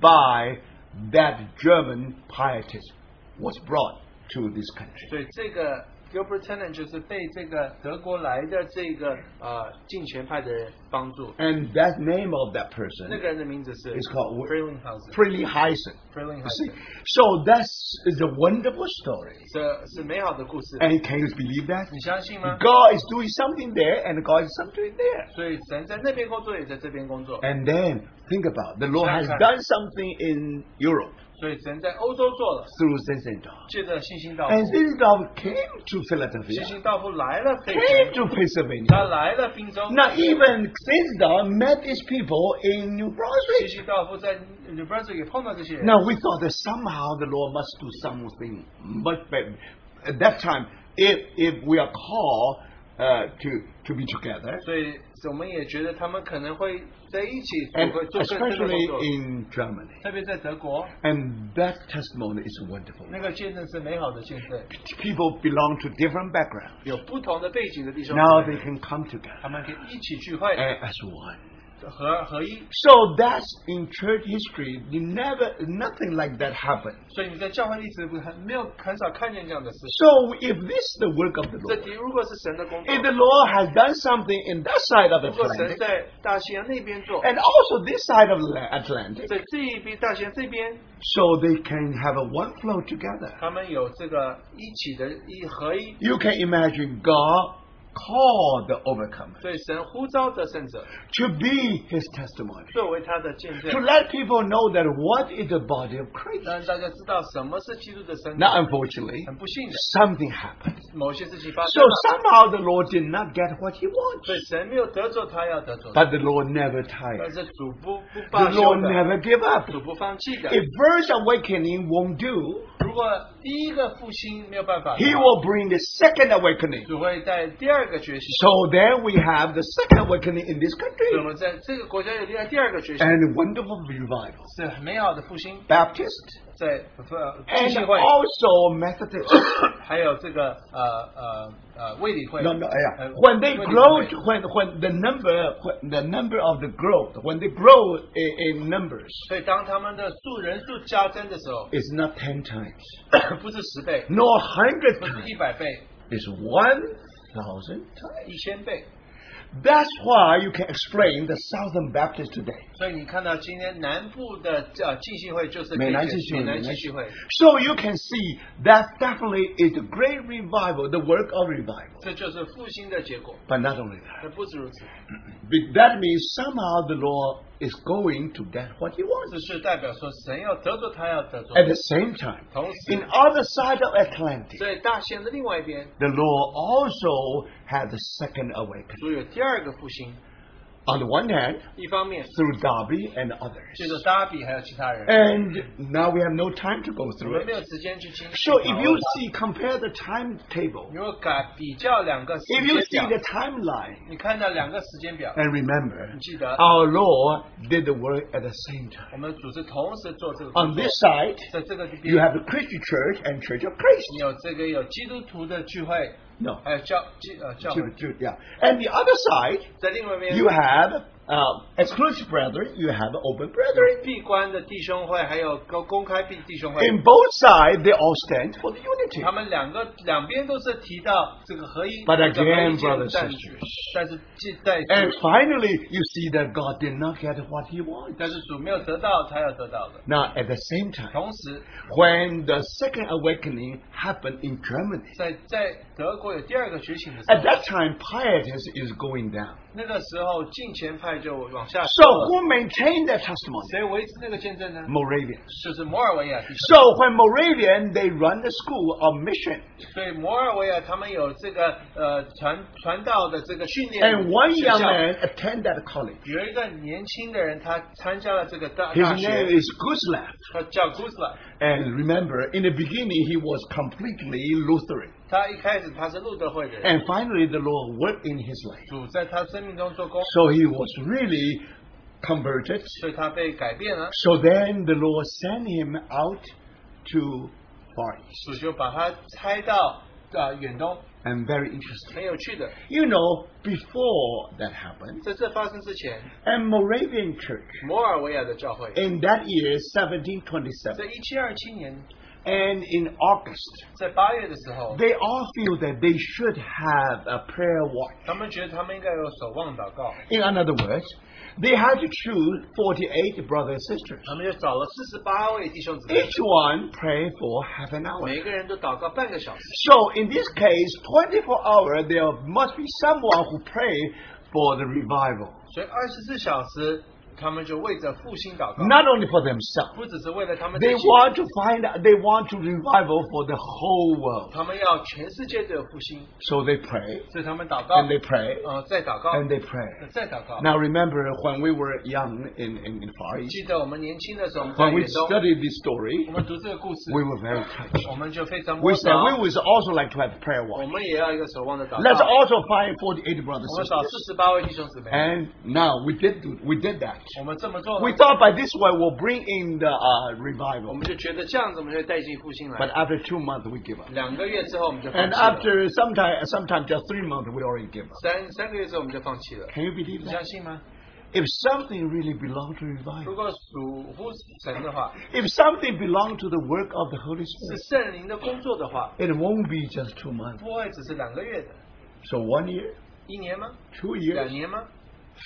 A: by that German pietist was brought to this country.
B: 所以这个 Gilbert Tennant 就是被这个德国来的这个呃进前派的人帮助。
A: And that name of that
B: 那
A: person
B: 个人的名字是
A: is called
B: Frelinghausen。
A: Freely Heisen. You see,
B: Frelinghausen，
A: so that's is a wonderful story.
B: 这是美好的故事，
A: And can you believe that?
B: 你相信吗？
A: 哎 God is doing something there, and God is something there.
B: 所以神在那边工作，也在这边工作。
A: And then think about the Lord has
B: Okay.
A: done something in Europe
B: 所以神在欧洲做了，
A: through Zinzendorf.
B: 借着信心道夫，
A: And Zinzendorf came to
B: 信
A: Philadelphia,
B: 心道夫来了非
A: came
B: 洲，
A: to
B: 他
A: Pennsylvania.
B: 来了滨州。
A: Now even Zinzendorf met these people in New
B: 信
A: Brunswick.
B: 心道夫在 New Brunswick 也碰到这些人，
A: Now we thought that somehow the Lord must do something much better. At that time, if if we are called uh, to to be together,
B: 所以我们也觉得他们可能会在一起
A: and
B: 做做更多的
A: especially
B: 工作，
A: in Germany,
B: 特别在德国，
A: and that testimony is wonderful.
B: 那个见证是美好的见证，
A: People belong to different backgrounds.
B: 有不同的背景的弟兄
A: Now
B: 姊妹
A: they can come together
B: 他们可以一起聚会，
A: uh, as one.
B: 合合一。
A: So that's in church history. You never nothing like that happened.
B: 所以你在教会历史不很没有很少看见这样的事。
A: So if this is the work of the
B: 这
A: Lord,
B: 的如果是神的工作
A: if，the Lord has done something in that side of the
B: 如果神
A: Atlantic.
B: 在大西洋那边做，
A: and also this side of the Atlantic,
B: 在这一边大西洋这边，
A: so they can have a one flow together.
B: 他们有这个一起的一合一，
A: You can imagine God called the overcomer
B: 所以神呼召得胜者
A: to be His testimony,
B: 作为他的见
A: to
B: 证，
A: let people know that what is the body of Christ.
B: 让大家知道什么是基督的身体。
A: Now, unfortunately,
B: 很不幸的，
A: something happened.
B: 某些事情发
A: So
B: 生了，
A: somehow the Lord did not get what He
B: 所
A: wants.
B: 以神没有得着他要得着的，
A: But the Lord never
B: 但
A: tired.
B: 是主不不
A: The
B: 罢休
A: Lord
B: 的，
A: never give up.
B: 主不放弃的。
A: If first awakening won't do,
B: 如果第一个复兴没有办法的话，
A: He will bring the second awakening.
B: 主会在第二二个决心。
A: So there we have the second awakening in this
B: 所以
A: country
B: 我们在这个国家有另外第二个决心，
A: and wonderful revival.
B: 是很美好的复兴，
A: Baptist
B: 在呃复
A: and
B: 兴会，
A: also Methodist.
B: 还有这个呃呃呃卫理会。
A: no, no, yeah.
B: 呃
A: 哎 When they
B: 卫理会
A: grow, to- when when the number, when the number of the growth, when they grow in, in numbers,
B: 所以当他们的数人数加增的时候，
A: it's not ten times,
B: 不是十倍，
A: nor hundred
B: 不是
A: times.
B: 一百倍，
A: It's one thousand times.
B: 一千倍。
A: That's why you can explain the Southern Baptist today.
B: 所以你看到今天南部的呃浸信会就是
D: 美南浸
B: 信
D: 信
B: 美
D: 会
B: 南浸信会，
A: So you can see that definitely is a great revival, the work of revival.
B: 这就是复兴的结果。
A: But not only that,
B: 那不止如此，
A: but that means somehow the Lord is going to get what He
B: 只
A: wants.
B: 是代表说神要得着他要得着，
A: At the same time,
B: 同
A: in
B: 时
A: other side of Atlantic,
B: 在大西洋的另外一边，
A: the Lord also had the second awakening.
B: 主有第二个复兴。
A: On the one hand,
B: 一方面
A: through Darby and others,
B: 借着达比还有其他人，
A: and now we have no time to go
B: 我
A: through
B: 们没
A: it.
B: 有时间去清
A: So if you see, compare the timetable,
B: 如果改比较两个时
A: if you
B: 间
A: see
B: 表，
A: the timeline,
B: 你看到两个时间表，
A: and remember,
B: 你记得
A: our Lord did the work at the same time.
B: 我们组织同时做这个工
A: On
B: 作
A: this，side,
B: 在这个地
A: you
B: 边，
A: have the Christian church and Church of Christ.
B: 你有这个有基督徒的聚会，
A: No.
B: 还有教基呃教会
A: Ju- ju- Yeah. And the other side,
B: 在另外一边
A: you have uh, exclusive brethren, you have open brethren.
B: 闭关的弟兄会，还有公公开闭弟兄会，
A: In both sides, they all stand for the unity.
B: 他们两个两边都是提到这个合一
A: But again,
B: 整个意见
A: brothers and
B: 占据，但是既在
A: And finally, you see that God did not get what he wanted.
B: 但是主没有得到他要得到的，
A: Now, at the same time,
B: 同时
A: when the second awakening happened in Germany,
B: 在在德国有第二个觉醒的时
A: at
B: 候，
A: that time, pietism is going down.
B: 那个时候进前派就往下
A: So,
B: 走了
A: who maintained their testimony?
B: 谁维持那个见证呢？
A: Moravians.
B: 就是摩尔维亚弟兄，
A: So when Moravian they run the school of mission,
B: 所以摩尔维亚他们有这个呃传传道的这个训练
A: and one
B: 学校
A: young man attend that college.
B: 有一个年轻的人，他参加了这个大
A: His
B: 大
A: name
B: 学，
A: is Guslev.
B: 他叫 g u s l a
A: And remember, in the beginning he was completely Lutheran.
B: 他一开始他是路德会的人，
A: And finally the Lord worked in his life.
B: 主在他生命中做工，
A: So he was really converted.
B: 所以他被改变了。
A: So then the Lord sent him out to Far East.
B: 主就把他拆到呃远东，
A: And very interesting.
B: 很有趣的。
A: You know, before that happened,
B: 在这发生之前，
A: and Moravian Church
B: 摩尔维亚的教会
A: in that year 1727
B: 在一七二七年，
A: and in August
B: 在八月的时候，
A: They all feel that they should have a prayer watch.
B: 他们觉得他们应该有守望祷告，
A: In other words, they had to choose 48 brothers and sisters.
B: 他们就找了四十八位弟兄姊妹
A: Each，one pray for half an hour.
B: 每个人都祷告半个小时。
A: So in this case, 24 hours, there must be someone who pray for the revival.
B: 所以二十四小时，他们就为着复兴祷告，
A: Not only for themselves.
B: 不只是为了他们自
A: They
B: 己，
A: want to find, they want to revival for the whole world.
B: 他们要全世界都有复兴，
A: So they pray,
B: 所以他们祷告
A: and，they pray,
B: 呃，再祷告，
A: and they pray.
B: 再祷告。
A: Now remember, when we were young in, in, in Far East,
B: 记得我们年轻的时候，我们在
A: when we
B: 远东，
A: studied this story,
B: 我们读这个故事，
A: we were very touched.
B: 我们就非常
A: We
B: 摸
A: said
B: 着，
A: we would also like to have a prayer
B: 我
A: walk.
B: 们也要一个守望的祷
A: Let's
B: 告。
A: also find 48 brothers
B: 我们
A: and
B: 找
A: sisters.
B: 四十八位弟兄姊妹，
A: And now we did do, we did that.
B: 我们这么做了
A: We thought by this way we'll bring in the uh,
B: 我
A: revival.
B: 们就觉得这样子我们就带进复兴
A: But
B: 来。
A: after two months we give up.
B: 两个月之后我们就放
A: And
B: 弃了，
A: after sometime sometime just three months we already give up.
B: 三三个月之后我们就放弃了。
A: Can you believe
B: 你相
A: that?
B: 信吗？
A: If something really belonged to
B: 如
A: revival,
B: 果属乎神的话，
A: if something belonged to the work of the Holy
B: 是
A: Spirit,
B: 圣灵的工作的话，
A: it won't be just two months.
B: 不会只是两个月的，
A: So one year,
B: 一年吗？
A: two
B: 两
A: years,
B: 年吗？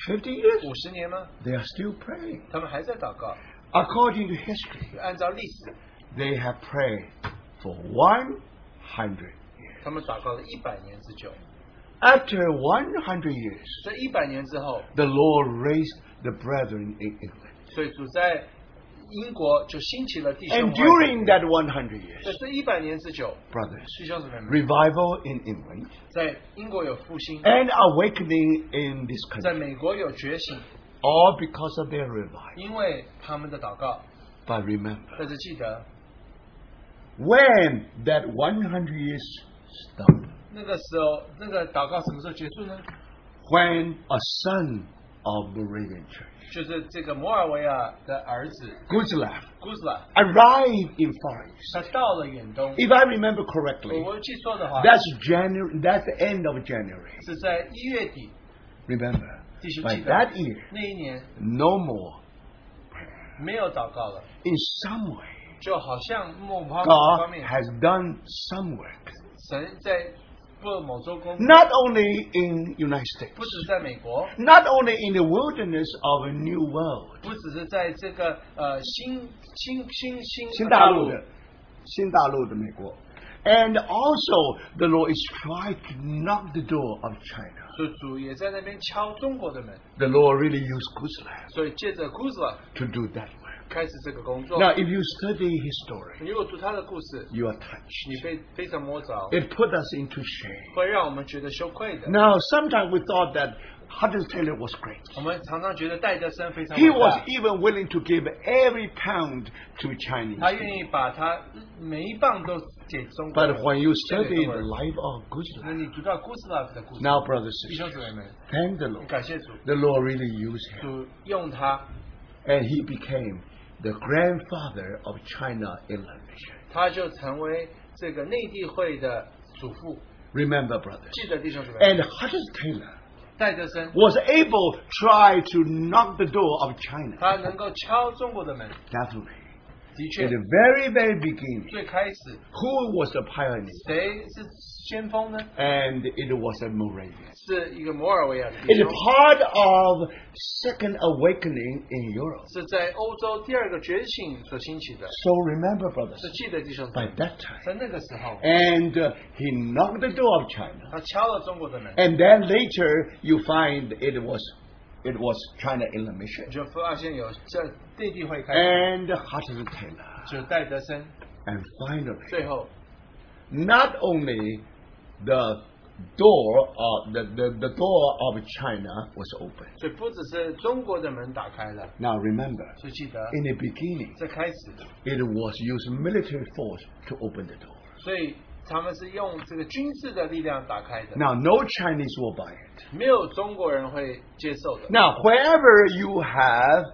A: fifty years,
B: 五十年吗？
A: they are still praying.
B: 他们还在祷告，
A: According to history,
B: 按照历史，
A: they have prayed for 100.
B: 他们祷告了一百年之久。
A: After 100 years,
B: 这一百年之后，
A: the Lord raised the brethren in England.
B: 所以主在英国就兴起了弟兄
A: And
B: 会。
A: during that 100
B: 在
A: years,
B: 这一百年之久，
A: brothers,
B: 弟兄姊妹们，
A: revival in England
B: 在英国有复兴，
A: and awakening in this
B: 在
A: country,
B: 美国有觉醒，
A: all because of their revival.
B: 因为他们的祷告。
A: But remember,
B: 但是记得，
A: when that 100 years stopped,
B: 那个时候，那个祷告什么时候结束呢？
A: when a son of Moravian Church,
B: 就是这个摩尔维尔的儿子
A: Guslav,
B: Guzla，
A: arrived in Far East.
B: 啊他到了远东。
A: If I remember correctly,
B: 我记错的话，
A: that's January. That's the end of January.
B: 是在一月底
A: Remember,
B: 第十
A: by
B: 七的
A: that year,
B: 那一年，
A: no more.
B: 没有祷告了，
A: In some way,
B: 就好像某方方
A: God
B: 面，
A: has done some work,
B: 神在做某周工，
A: not only in United States,
B: 不只在美国，
A: not only in the wilderness of a new world,
B: 不只是在这个呃新新新新
A: 新大陆的新大陆的美国，and also the Lord is trying to knock the door of China.
B: 所以主也在那边敲中国的门，
A: The Lord really used Kuzlan
B: 所以借着 Kuzla
A: to do that work.
B: 开始这个工作。
A: Now, if you study his story,
B: 你如果读他的故事，
A: you are touched.
B: 你被非常摸着，
A: It put us into shame.
B: 会让我们觉得羞愧的。
A: Now, sometimes we thought that Hudson Taylor was great.
B: 我们常常觉得戴德森非常
A: He
B: 伟
A: was
B: 大，
A: even willing to give every pound to Chinese.
B: 他愿意把他每一棒都给中国人。
A: But when you
B: 献给
A: study
B: 中国
A: the
B: 人
A: life of
B: 那
A: Kuzlan,
B: 你读到 Gustav 的故事，
A: now, brothers
B: 弟
A: and
B: 兄
A: sisters,
B: 姊妹们，
A: thank the
B: 我
A: Lord.
B: 感谢主，
A: The Lord really used him.
B: 主用他，
A: and he became the grandfather of China Inland Mission.
B: 他就成为这个内地会的祖父。
A: Remember, brothers.
B: 记得弟兄姊妹们，
A: And Hudson Taylor
B: 戴德森
A: was able to try to knock the door of China.
B: 他能够敲中国的门，
A: Definitely.
B: 的
A: In
B: 确，
A: the very, very beginning,
B: 最开始
A: who was the pioneer?
B: 谁是先锋呢？
A: And it was a Moravian.
B: 是一个摩尔维亚的
A: It
B: 弟
A: is
B: 兄，
A: part of Second Awakening in Europe.
B: 是在欧洲第二个觉醒所兴起的。
A: So remember, brothers,
B: 是记得弟兄姊
A: by
B: 妹们，
A: that time.
B: 在那个时候，
A: And uh, he knocked the door of China.
B: 他敲了中国的门，
A: And then later you find it was it was China Inland
B: 你
A: Mission
B: 就发现有这内地会开始，
A: and Hudson Taylor.
B: 就戴德森，
A: And finally,
B: 最后
A: not only the door of the, the, the door of China was open.
B: 所以不只是中国的门打开了，
A: Now remember,
B: 所以记得
A: in the beginning,
B: 这开始，
A: it was used military force to open the door.
B: 所以他们是用这个军事的力量打开的，
A: Now no Chinese will buy it.
B: 没有中国人会接受的。
A: Now wherever you have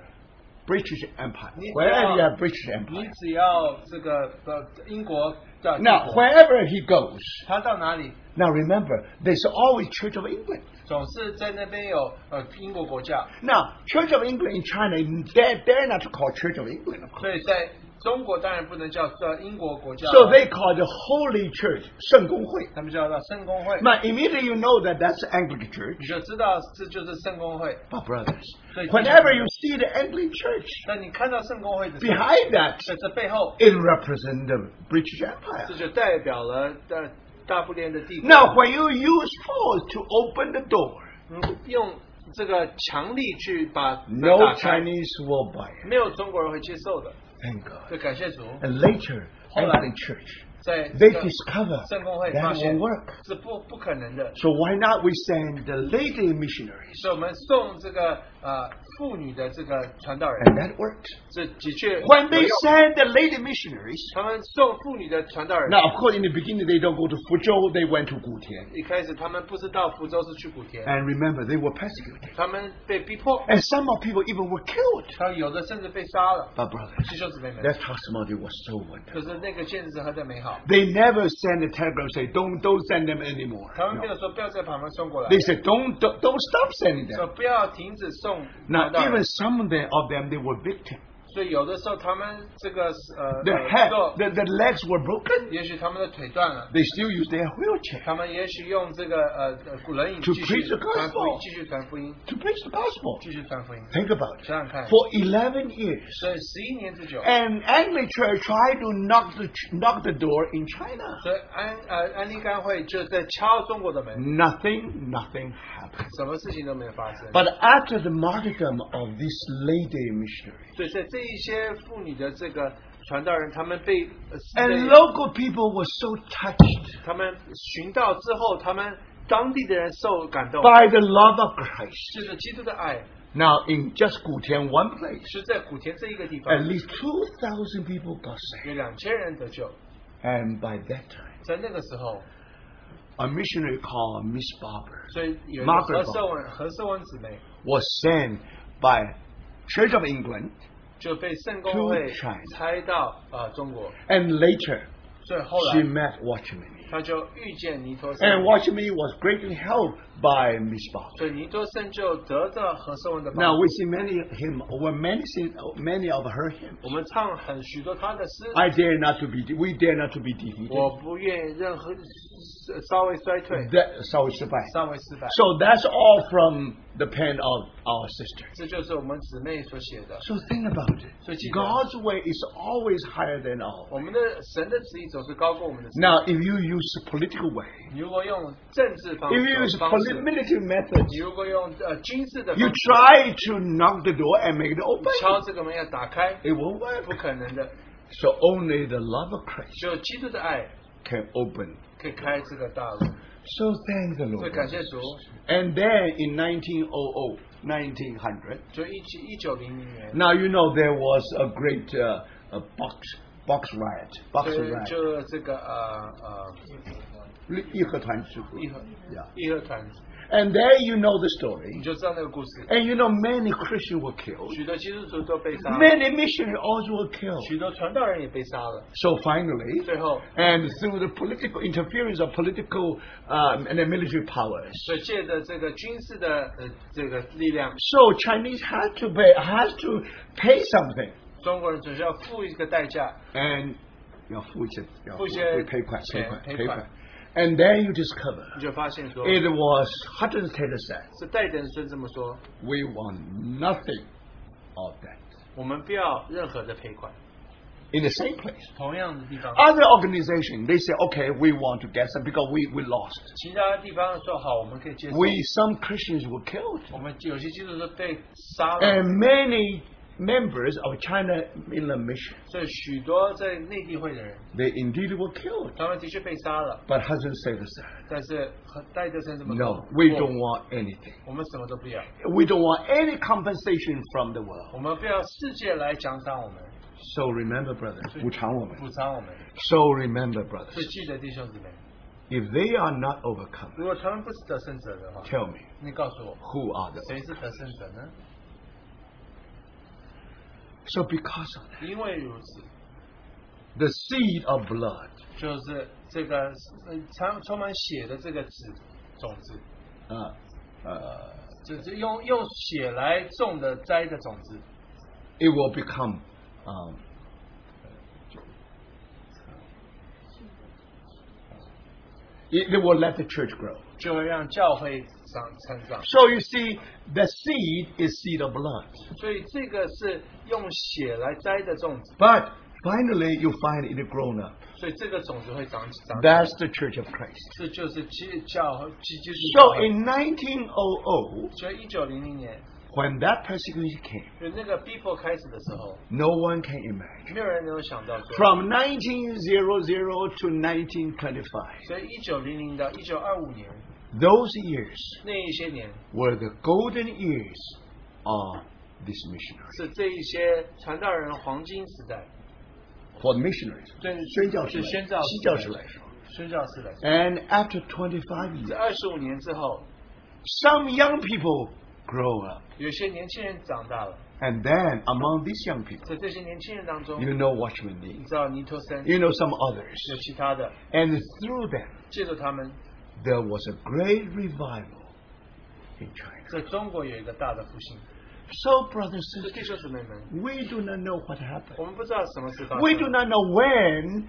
A: British Empire,
B: Yeah.
A: wherever you have British
B: 你
A: Empire,
B: 只要这个呃英国的帝
A: now
B: 国
A: wherever he goes,
B: 他到哪里
A: Now remember, there's always Church of England.
B: 总是在那边有呃英国国教，
A: Now, Church of England in China, they're, they're not called Church of England, of course.
B: 所以在中国当然不能叫叫英国国教，
A: So they call the Holy Church 圣公会.
B: 他们叫到圣公会，
A: Now, immediately you know that that's the Anglican Church.
B: 你就知道这就是圣公会。
A: But brothers,
B: So it's-
A: whenever you see the Anglican Church,
B: 但你看到圣公会的时候，
A: behind that,
B: 在这背后，
A: it represents the British
B: 这
A: Empire.
B: 就代表了大大不列的帝国。
A: Now, when you use force to open the door,
B: 嗯用这个强力去把门
A: no
B: 打开
A: Chinese will buy it.
B: 没有中国人会接受的。
A: Thank God.
B: 所以感谢主，
A: And later,
B: Hold on.
A: Anglican Church,
B: 在
A: they
B: 这个
A: discover
B: 圣公会
A: that
B: 发
A: will
B: 现
A: work.
B: 是不不可能的，
A: So why not we send the lady missionaries?
B: 所以我们送这个呃妇女的这个传道人，
A: And that worked.
B: 这的确
A: When they
B: 有用
A: send the lady missionaries,
B: 他们送妇女的传道人，
A: now of course in the beginning they don't go to Fuzhou, they went to Gutian.
B: 一开始他们不知道福州是去古田，
A: And remember, they were persecuted.
B: 他们被逼迫，
A: And some of people even were killed.
B: 他们有的甚至被杀了。
A: But brothers,
B: 弟兄姊妹们，
A: their testimony was so
B: 可
A: wonderful.
B: 是那个见识何等美好！
A: They never send a telegram say, don't don't send them anymore.
B: 他们没
A: No.
B: 有说不要在旁边送过来
A: They，said, don't, don't don't stop sending
B: 说
A: them.
B: 不要停止送
A: Now
B: 传道
A: even
B: 人。
A: some of them, of them they were victims.
B: 所以有的时候他们这个呃
A: Their
B: 呃
A: head,
B: 做，
A: their, their legs were broken.
B: 也许他们的腿断了，
A: They still use their wheelchair.
B: 他们也许用这个呃呃古人影
A: To
B: 继续
A: preach the
B: 传福
A: gospel
B: 音，继续传福音，
A: to preach the gospel.
B: 继续传福音。
A: Think about it.
B: 想想看，
A: For 11 years,
B: 所以十一年之久，
A: an Anglican church tried to knock the, knock the door in China.
B: 所以安呃安利干会就在敲中国的门，
A: Nothing, nothing happened.
B: 什么事情都没有发生。
A: But after the martyrdom of this lady missionary,
B: 所以在这一些妇女的这个传道人，他们被呃
A: and local people were so touched
B: 他们寻道之后，他们当地的人受感动，
A: by the love of Christ.
B: 就是基督的爱，
A: Now, in just Gutian, one place,
B: 是在古田这一个地方，
A: at least 2,000 people got saved.
B: 有两千人得救。
A: And by that time,
B: 在那个时候，
A: a missionary called Miss Barber
B: 所以有一个
A: Margaret
B: 何瑟文何瑟文姊妹
A: was sent by Church of England
B: 就被圣公会
A: To China
B: 拆到呃中国，
A: and later
B: 所以后
A: she
B: 来
A: met Watchman. E.
B: 他就遇见尼托森，
A: And Watchman E was greatly helped by Miss Barber.
B: 所以尼托森就得到何瑟文的帮
A: Now
B: 助。
A: we see many of him, well, many, sing- many of her hymns.
B: 我们唱很许多他的诗，
A: I dare not to be, we dare not to be defeated.
B: 我不愿任何稍微衰退，
A: That, so it's about.
B: 稍微失败，
A: So that's all from the pen of our sister.
B: 这就是我们姊妹所写的。
A: So think about it.
B: 所以记得
A: God's way is always higher than all.
B: 我们的神的旨意总是高过我们的旨
A: Now, if you use political way,
B: 意。如果用政治方
A: if you use
B: 方式，
A: military methods,
B: 你如果用呃军事的方
A: you
B: 式
A: try to knock the door and make it
B: 敲
A: open,
B: 这个门要打开，
A: it won't work.
B: 不可能的，
A: So only the love of Christ
B: 只有基督的爱
A: can open.
B: 可以开这个大门。
E: So thank the
B: 所以
E: Lord.
B: 感谢主，
A: And then in 1900, 1900,
B: 就一七一九零零年，
A: now you know there was a great uh, a box box riot,
B: 所
A: box
B: 以
A: riot.
B: 就这个呃呃义
A: 义和团事故。
B: 和
A: Yeah.
B: 义和团，
A: And there you know the story.
B: 你就知道那个故事。
A: And you know, many Christians were killed.
B: 许多基督徒都被杀了，
A: Many missionaries also were killed.
B: 许多传道人也被杀了。
A: So finally,
B: 最后，
A: and through the political interference of political um, and the military powers,
B: 所以借着这个军事的呃这个力量，
A: so Chinese had to pay, had to pay something.
B: 中国人总是要付一个代价，
A: And you know, food, you know,
B: 付钱，
A: we pay quite, pay
B: 钱，
A: quite,
B: 赔款。
A: pay quite. And then you discover
B: 你就发现说，
A: it was Hudson Taylor said,
B: 是戴德生这么说，
A: "We want nothing of that."
B: 我们不要任何的赔款。啊
A: In the same place,
B: 同样的地方，
A: other organization they say, "Okay, we want to get some because we we lost."
B: 其他地方说好，我们可以接受。
A: We some Christians were killed,
B: 我们有些基督徒被杀了，
A: and Uh, many members of China Inland Mission
B: 所以许多在内地会的人，
A: they indeed were killed.
B: 他们的确被杀了。
A: But Hudson Taylor said,
B: 但是和戴德生这么说
A: "No, we
B: 不
A: don't want anything.
B: 我们什么都不要，
A: We don't want any compensation from the
B: 我
A: world."
B: 们不要世界来奖赏我们，
A: So remember, brothers,
B: 补
A: 补偿我们。
B: 偿我们。
A: So remember, brothers,
B: 是记得弟兄姊妹，
A: if they are not overcome,
B: 如果他们不是得胜者的话，
A: tell me
B: 你告诉我，
A: who are those.
B: 谁是得胜者呢？
A: So because of that,
B: 因为如此，
A: the seed of blood
B: 就是这个嗯充充满血的这个籽种子，
A: uh, uh,
B: 就是用用血来种的栽的种子，
A: it will become um, it, it will let the church grow.
B: 就会让教会长成长。
A: So you see, the seed is seed of blood,
B: 所以这个是用血来栽的种子，
A: but finally you find it grown up.
B: 所以这个种子会长起长起。
A: That's the Church of Christ.
B: 这就是基教会基基督教
A: So
B: 会。
A: in 1900,
B: 所以一九零零年，
A: when that persecution came,
B: 就那个 People 开始的时候，
A: no one can imagine.
B: 没有人能够想到说，
A: From 1900 to 1925,
B: 所以一九零零到一九二五年
A: those years
B: 那一些年，
A: were the golden years of this missionary.
B: 是这一些传道人黄金时代，
A: For missionaries.
B: 对，
A: 宣教士来-
B: 是宣教士。
A: 宣教士来说。
B: 宣教士来说。
A: And after 25
B: 这
A: years,
B: 二十五年之后，
A: some young people grow up.
B: 有些年轻人长大了，
A: And then among these young people,
B: 在这些年轻人当中，
A: you know Watchman
B: 你
A: Nee.
B: 知道尼托森
A: You know some others.
B: 有其他的，
A: And through them,
B: 借助他们，
A: there was a great revival in China.
B: 在中国有一个大的复兴。
A: So, brothers
B: 这
A: and
B: 弟兄姊妹们，
A: sisters, we do not know what happened.
B: 我们不知道什么事发
A: We do
B: 生，
A: not know when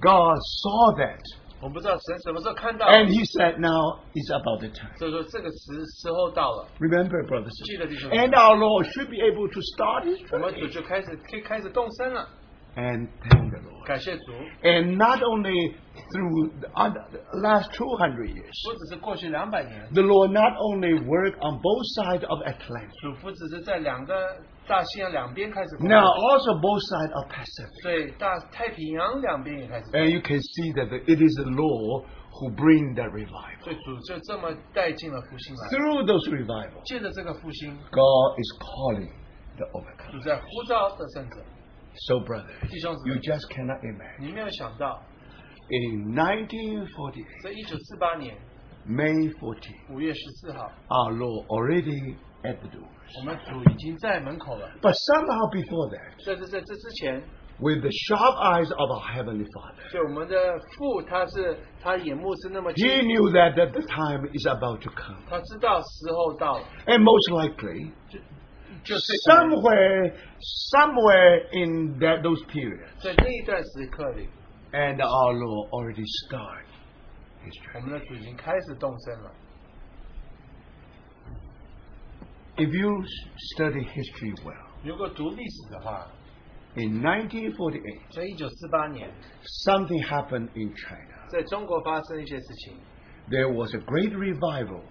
A: God saw that.
B: 我们不知道神什么时候看到，
A: And He said, now it's about the time.
B: 所以说这个时时候到了，
A: Remember, brothers and
B: 记得弟兄姊
A: And
B: 妹，
A: our Lord should be able to start his
B: 我们主
A: journey
B: 就开始可以开始动身了，
A: and thank the Lord.
B: 感谢主，
A: And not only through the other- the last 200 years,
B: 不只是过去两百年，
A: the Lord not only worked on both sides of Atlantic,
B: 主不只是在两个大西洋两边开始工
A: now
B: 作，
A: also both sides of Pacific.
B: 对大太平洋两边也开始工作，
A: And you can see that the- it is the Lord who bring that revival.
B: 所以主就这么带进了复兴来。
A: Through those revivals,
B: 借着这个复兴，
A: God is calling the overcome.
B: 主在呼召得胜者。
A: So, brothers,
B: 弟兄姊
A: you
B: 妹，
A: just cannot imagine.
B: 你没有想到，
A: in 1940,
B: 所以一九四八年
A: May 14,
B: 五月十四号，
A: our Lord already at the door.
B: 我们主已经在门口了。
A: But somehow before that,
B: 所以在这之前，
A: with the sharp eyes of our Heavenly Father,
B: 所以我们的父他是他眼目是那么
A: He
B: 清，
A: knew that, that the time is about to come.
B: 他知道时候到了，
A: And most likely,
B: 就是可能
A: somewhere, somewhere in that, those periods,
B: 在那一段时刻里，
A: and our Lord already started His
B: 我
A: journey.
B: 们的主已经开始动身了。
A: If you study history well,
B: 如果读历史的话，
A: in 1948,
B: 在一九四八年，
A: something happened in China.
B: 在中国发生一些事情，
A: There was a great revival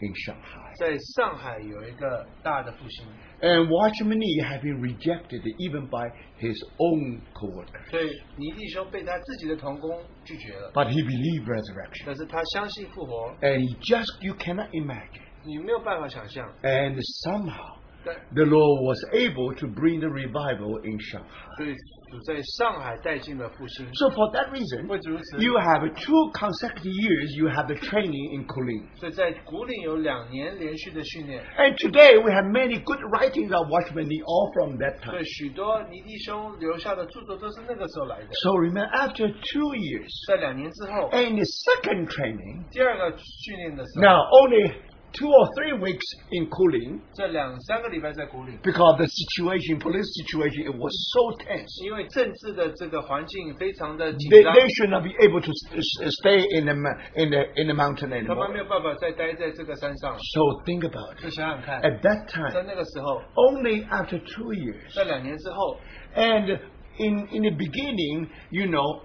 A: in Shanghai.
B: 在上海有一个大的复兴，
A: And Watchman Nee had been rejected even by his own co-workers.
B: 所以倪弟兄被他自己的童工拒绝了，
A: But he believed resurrection.
B: 但是他相信复活，
A: And he just, you cannot imagine.
B: 你没有办法想象，
A: And somehow,
B: 但
A: the Lord was able to bring the revival in Shanghai.
B: 所以主在上海带进了复兴。
A: So for that reason,
B: 为此如此，
A: you have two consecutive years, you have the training in Kulin.
B: 所以在古岭有两年连续的训练，
A: And today we have many good writings of Watchman Nee, all from that
B: 所
A: time.
B: 以许多倪弟兄留下的著作都是哎那个时候来的。
A: So remember, after two years,
B: 在两年之后，
A: and the second training,
B: 第二个训练的时候，
A: now only two or three weeks in Kulin,
B: 这两三个礼拜在古岭，
A: because the situation, police situation, it was so tense.
B: 因为政治的这个环境非常的紧
A: They,
B: 张，
A: they should not be able to s- s- stay in the, ma- in the, in the mountain
B: 他们
A: anymore.
B: 没有办法再待在这个山上。
A: So think about it.
B: 就想想看，
A: At that
B: 在
A: time,
B: 那个时候，
A: only after two years,
B: 在两年之后，
A: and in, in the beginning, you know,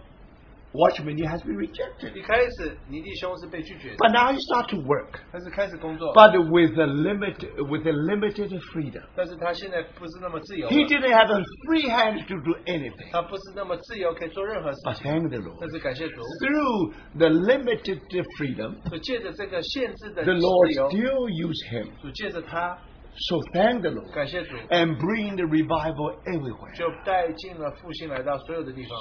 A: Watchman Nee has been
B: 一
A: rejected.
B: 开始倪弟兄是被拒绝的，
A: But now he start to work,
B: 但是开始工作，
A: but with a limit, with a limited freedom.
B: 但是他现在不是那么自由了，
A: He didn't have a free hand to do anything.
B: 他不是那么自由，可以做任何事
A: But
B: 情。
A: thank the
B: 但
A: Lord.
B: 是感谢主，
A: Through the limited freedom,
B: 主借着这个限制的
A: the
B: 自
A: Lord
B: 由，
A: still used him.
B: 主借着他，
A: So thank the Lord.
B: 感谢主，
A: And bring the revival everywhere.
B: 就带进了复兴来到所有的地方。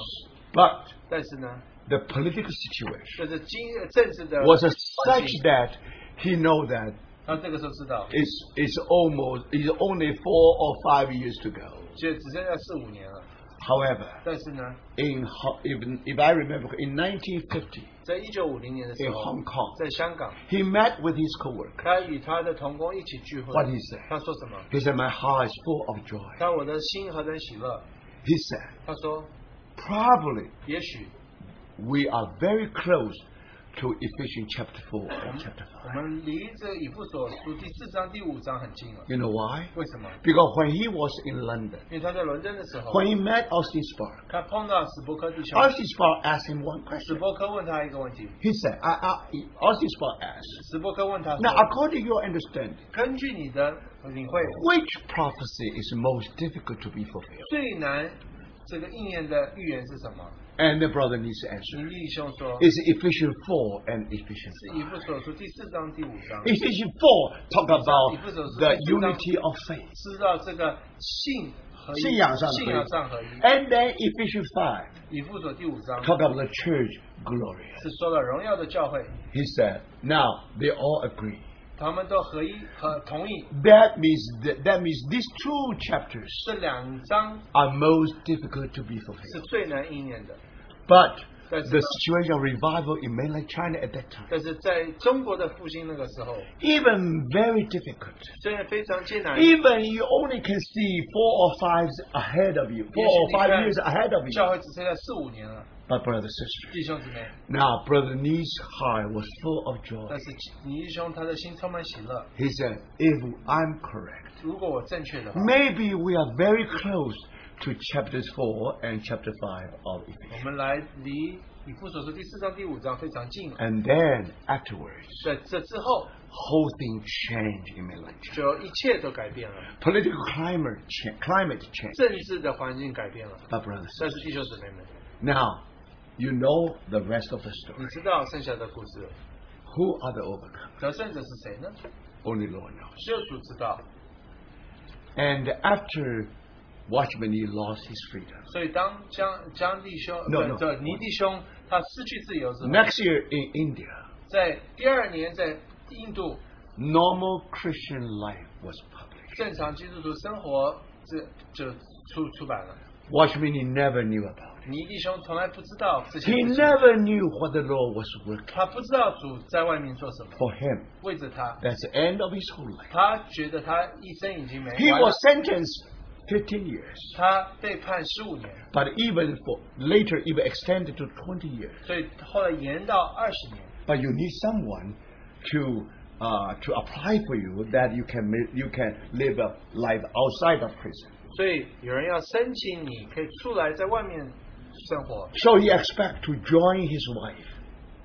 A: But
B: 但是呢，
A: the political situation
B: 就是经政治的
A: was such
B: 环境，
A: that he know that
B: 他这个时候知道，
A: it's, it's almost, it's only four or five years to go.
B: 就只剩下四五年了。
A: However,
B: 但是呢，
A: in, Ho- even if I remember, in 1950,
B: 在一九五零年的时
A: in
B: 候
A: Hong，Kong,
B: 在香港，
A: he met with his co-worker.
B: 他与他的同工一起聚会
A: What he said.，
B: 他说什么？
A: He said, my heart is full of joy.
B: 他我的心何等喜乐！
A: He said,
B: 他说，
A: probably
B: 也许
A: we are very close to Ephesians chapter 4 and chapter
B: 我
A: 5.
B: 们离这以父所书第四章、第五章很近了。
A: You know why?
B: 为什么？
A: Because when he was in London,
B: 因为他在伦敦的时候，
A: when he met Austin Spark,
B: 他碰到史伯克弟兄，
A: Austin Spark asked him one
B: 史
A: question.
B: 伯克问他一个问题，
A: He said, I, I, Austin Spark asked,
B: 史伯克问他
A: Now,
B: 说，
A: according to your understanding,
B: 根据你的领会，
A: which prophecy is most difficult to be fulfilled?
B: 最难这个应验的预言是什么？
A: And the brother needs to answer.
B: 林弟兄说，
A: It's Ephesians 4 and Ephesians 5.
B: 是以父所书第四章、第五章，
A: Ephesians 4 talk about the unity of faith.
B: 知道这个信和
A: 信仰上合一哎
B: 信仰上合一。
A: And then Ephesians 5
B: 以父所第五章
A: talk about the church glory.
B: 是说了荣耀的教会，
A: He said, now they all agree.
B: 他们都合一和同意
A: That means that, that means these two chapters
B: 这两章
A: are most difficult to be
B: 是
A: fulfilled.
B: 最难应验的。
A: But
B: That's
A: the
B: not-
A: situation of revival in mainland China at that time
B: 但是在中国的复兴那个时候，
A: even very difficult.
B: 虽然非常艰难，
A: Even you only can see four or five ahead of you, four or five years ahead of
B: 教
A: you.
B: 会只剩下四五年了，
A: My brother sister.
B: 弟兄姊妹。
A: Now brother Nee's heart was full of joy.
B: 但是倪弟兄他的心充满喜乐。
A: He said, if I'm correct,
B: 如果我正确的话，
A: maybe we are very close to chapters four and chapter five of Ephesians.
B: 我们来离以父所说第四章、第五章非常近了。
A: And then afterwards,
B: 在这之后，
A: whole thing changed in mainland China.
B: 就一切都改变了，
A: Political climate, cha- climate changed.
B: 政治的环境改变了。
A: My brothers.
B: 但是弟兄姊妹们，
A: Now, you know the rest of the
B: 你
A: story.
B: 知道剩下的故事了，
A: Who are the overcomers?
B: 得胜者是谁呢？
A: Only Lord knows.
B: 只有主知道。
A: And after Watchman, he lost his freedom.
B: 所以当江江弟兄
A: No,
B: 对
A: no.
B: 对倪弟兄他失去自由之后，
A: Next year in India,
B: 在第二年在印度
A: normal Christian life was public.
B: 正常基督徒生活这就出出版了。
A: Watchmeni never knew about it.
B: 尼弟兄从来不知道这些
A: He
B: 事情，
A: never knew what the law was working
B: 他不知道主在外面做什么，
A: for him.
B: 为着他，
A: That's the end of his whole life.
B: 他觉得他一生已经没
A: He
B: 完了
A: was。sentenced 15 years,
B: 他被判十五年，
A: but even for later, even extended to 20 years.
B: 所以后来延到二十年。
F: But you need someone
A: to uh, to apply for you that you can ma- you can live a life outside of prison.
B: 所以有人要申请，你可以出来在外面生活。
A: So he expect to join his wife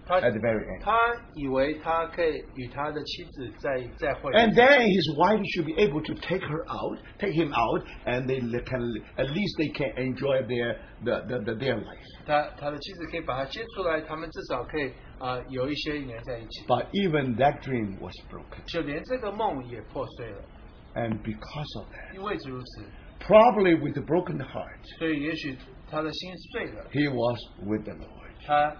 B: 他
A: at the very end,
B: 他以为他可以与他的妻子再再会，
A: and then his wife should be able to take her out, take him out, and they li- can at least they can enjoy their the, the, the, their life.
B: 他他的妻子可以把他接出来，他们至少可以啊、呃有一些年在一起。
A: But even that dream was broken,
B: 就连这个梦也破碎了，
A: and because of that,
B: 因为此如此，
A: probably with a broken heart,
B: 所以也许他的心碎了，
A: he was with the Lord.
B: 他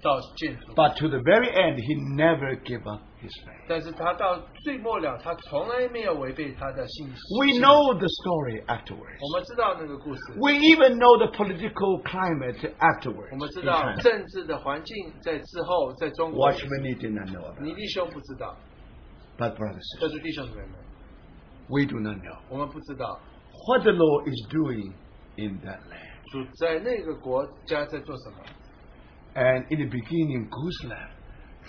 B: 到建筑，
A: But to the very end, he never gave up his faith.
B: 但是他到最末了，他从来没有违背他的信心。
A: We know the story afterwards.
B: 我们知道那个故事，
A: We even know the political climate afterwards.
B: 我们知
A: in
B: 道
A: China.
B: 政治的环境在之后在中国，
A: Watchmen he did not know
B: 你
A: about.
B: 弟兄不知道，
A: But brothers,
B: 这是弟兄姊妹们，
A: we do not know
B: 我们不知道
A: what the law is doing in that land.
B: 主在那个国家在做什么。
A: And in the beginning, Guzlan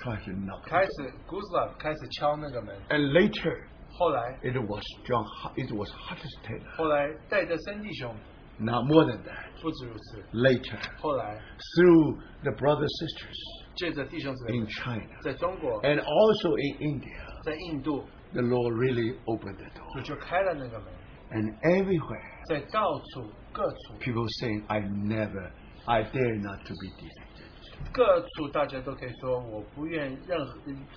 A: tried to knock.
B: 开
A: it.
B: 始 g u z l a 开始敲那个门，
A: And later,
B: 后来
A: it was John. Hu- It was Hutchins Taylor.
B: 后来带着三弟兄，
A: Not more than that.
B: 不止如此，
A: Later,
B: 后来
A: through the brothers sisters
B: 借着弟兄姊妹
A: in China
B: 在中国，
A: and also in India,
B: 在印度，
A: the law really opened the
B: 主
A: door.
B: 就开了那个门，
A: And everywhere.
B: 在到处各处
A: people saying, I never, I dare not to be defeated.
B: 各处，大家都可以说我不愿任何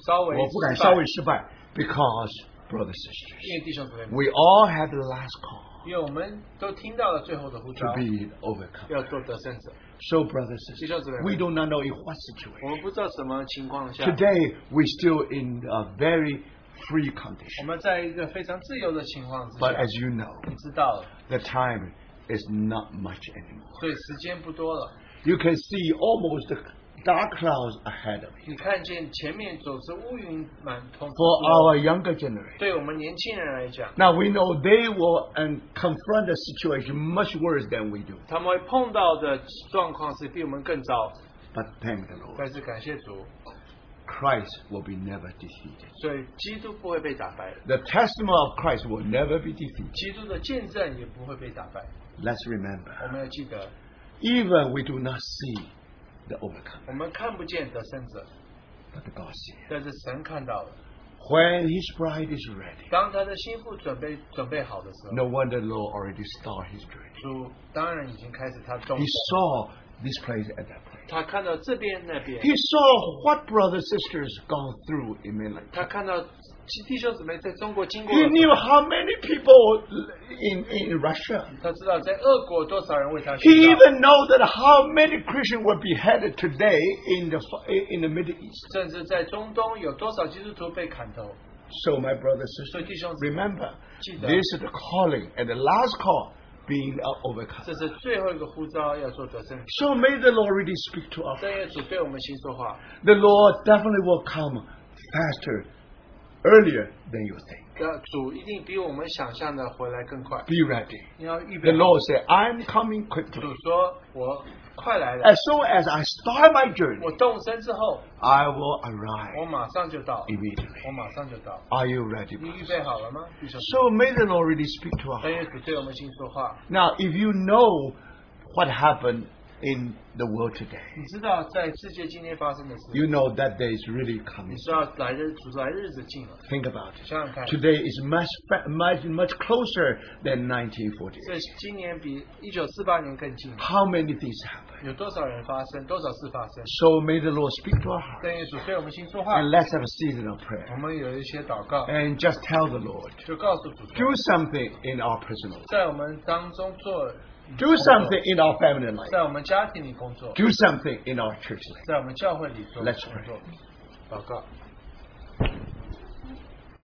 B: 稍微失败，
A: 我不敢稍微失败 because, brothers sisters,
B: 因为弟兄姊妹们，
A: we all have the last call
B: 因为我们都听到了最后的呼召
A: to，be overcome.
B: 要做得胜者。
A: So, brothers sisters,
B: Jesus,
A: we do not know in what
B: 我
A: situation.
B: 们不知道什么情况下，
A: Today, we're still in a very free
B: 我
A: condition.
B: 们在一个非常自由的情况之
A: But
B: 下，
A: as you know,
B: 你知道了，
A: the time is not much anymore.
B: 所以时间不多了。
A: You can see almost the dark clouds ahead of you.
B: 你看见前面总是乌云满通。
A: For our younger generation,
B: 对我们年轻人来讲，
A: Now we know they will and confront the situation much worse than we do.
B: 他们会碰到的状况是比我们更糟。
A: But thank the Lord,
B: 但是感谢主，
A: Christ will be never defeated.
B: 所以基督不会被打败，
A: The testimony of Christ will never be defeated.
B: 基督的见证也不会被打败。
A: Let's remember,
B: 我们要记得，
A: even we do not see the overcome,
B: 我们看不见得胜者，
A: but God sees.
B: 但是神看到了。
A: When His bride is ready,
B: 当他的心腹准备准备好的时候，
A: no wonder the Lord already started His journey.
B: 主当然已经开始他的动
A: He
B: 作。
A: saw this place at that place.
B: 他看到这边那边，
A: He saw what brothers sisters gone through in mainland.
B: 他看到弟兄姊妹在中国经过
A: He
B: 的时
A: knew how many people in, in Russia
B: 候，他知道在俄国多少人为他
A: He
B: 寻找。
A: even knows that how many Christians were beheaded today in the in the Middle East.
B: 甚至在中东有多少基督徒被砍头？
A: So, my brothers and
B: 所以弟
A: sisters,
B: 兄姊妹，
A: remember,
B: 记得
A: this is the calling and the last call being uh,
B: 这
A: overcome.
B: 是最后一个呼召，要做得胜。
A: So, may the Lord really speak to us.
B: 正业主对我们心说话，
A: The Lord definitely will come faster, earlier than you think.
B: 要主一定比我们想象的回来更快。
A: Be ready.
B: 你要预
A: The
B: 备好。
A: Lord said, "I'm coming
B: 主
A: quickly."
B: 说：“我快来了，
A: As soon as I start my journey,
B: 我动身之后，
A: I will
B: 我
A: arrive
B: 马上就到，
A: immediately.
B: 我马上就到。
A: Are you ready?"
B: 你
A: brothers?
B: 预备好了吗？”弟兄姊妹
A: So may the Lord really speak to
B: 正
A: us.
B: 业主对我们心说话。
A: Now, if you know what happened in the world today,
B: 你知道在世界今天发生的事，
A: you know that day is really
B: 你
A: coming.
B: 知道来日主来日子近了。
A: Think about it.
B: 想想看，
A: Today is much fa- much much closer than 1940.
B: 这今年比一九四八年更近了。
A: How many things happened?
B: 有多少人发生，多少事发生。
A: So may the Lord speak to our heart
B: 但耶稣对我们心说话，
A: and let's have a season of
B: 我
A: prayer
B: 们有一些祷告，
A: and just tell the Lord
B: 就告诉主
A: 嗯 do
B: 说，
A: something in our personal life.
B: 在我们当中做
A: Do something in our family life.
B: 在我们家庭里工作，
A: Do something in our church life.
B: 在我们教会里做
A: Let's
B: 工作，祷告。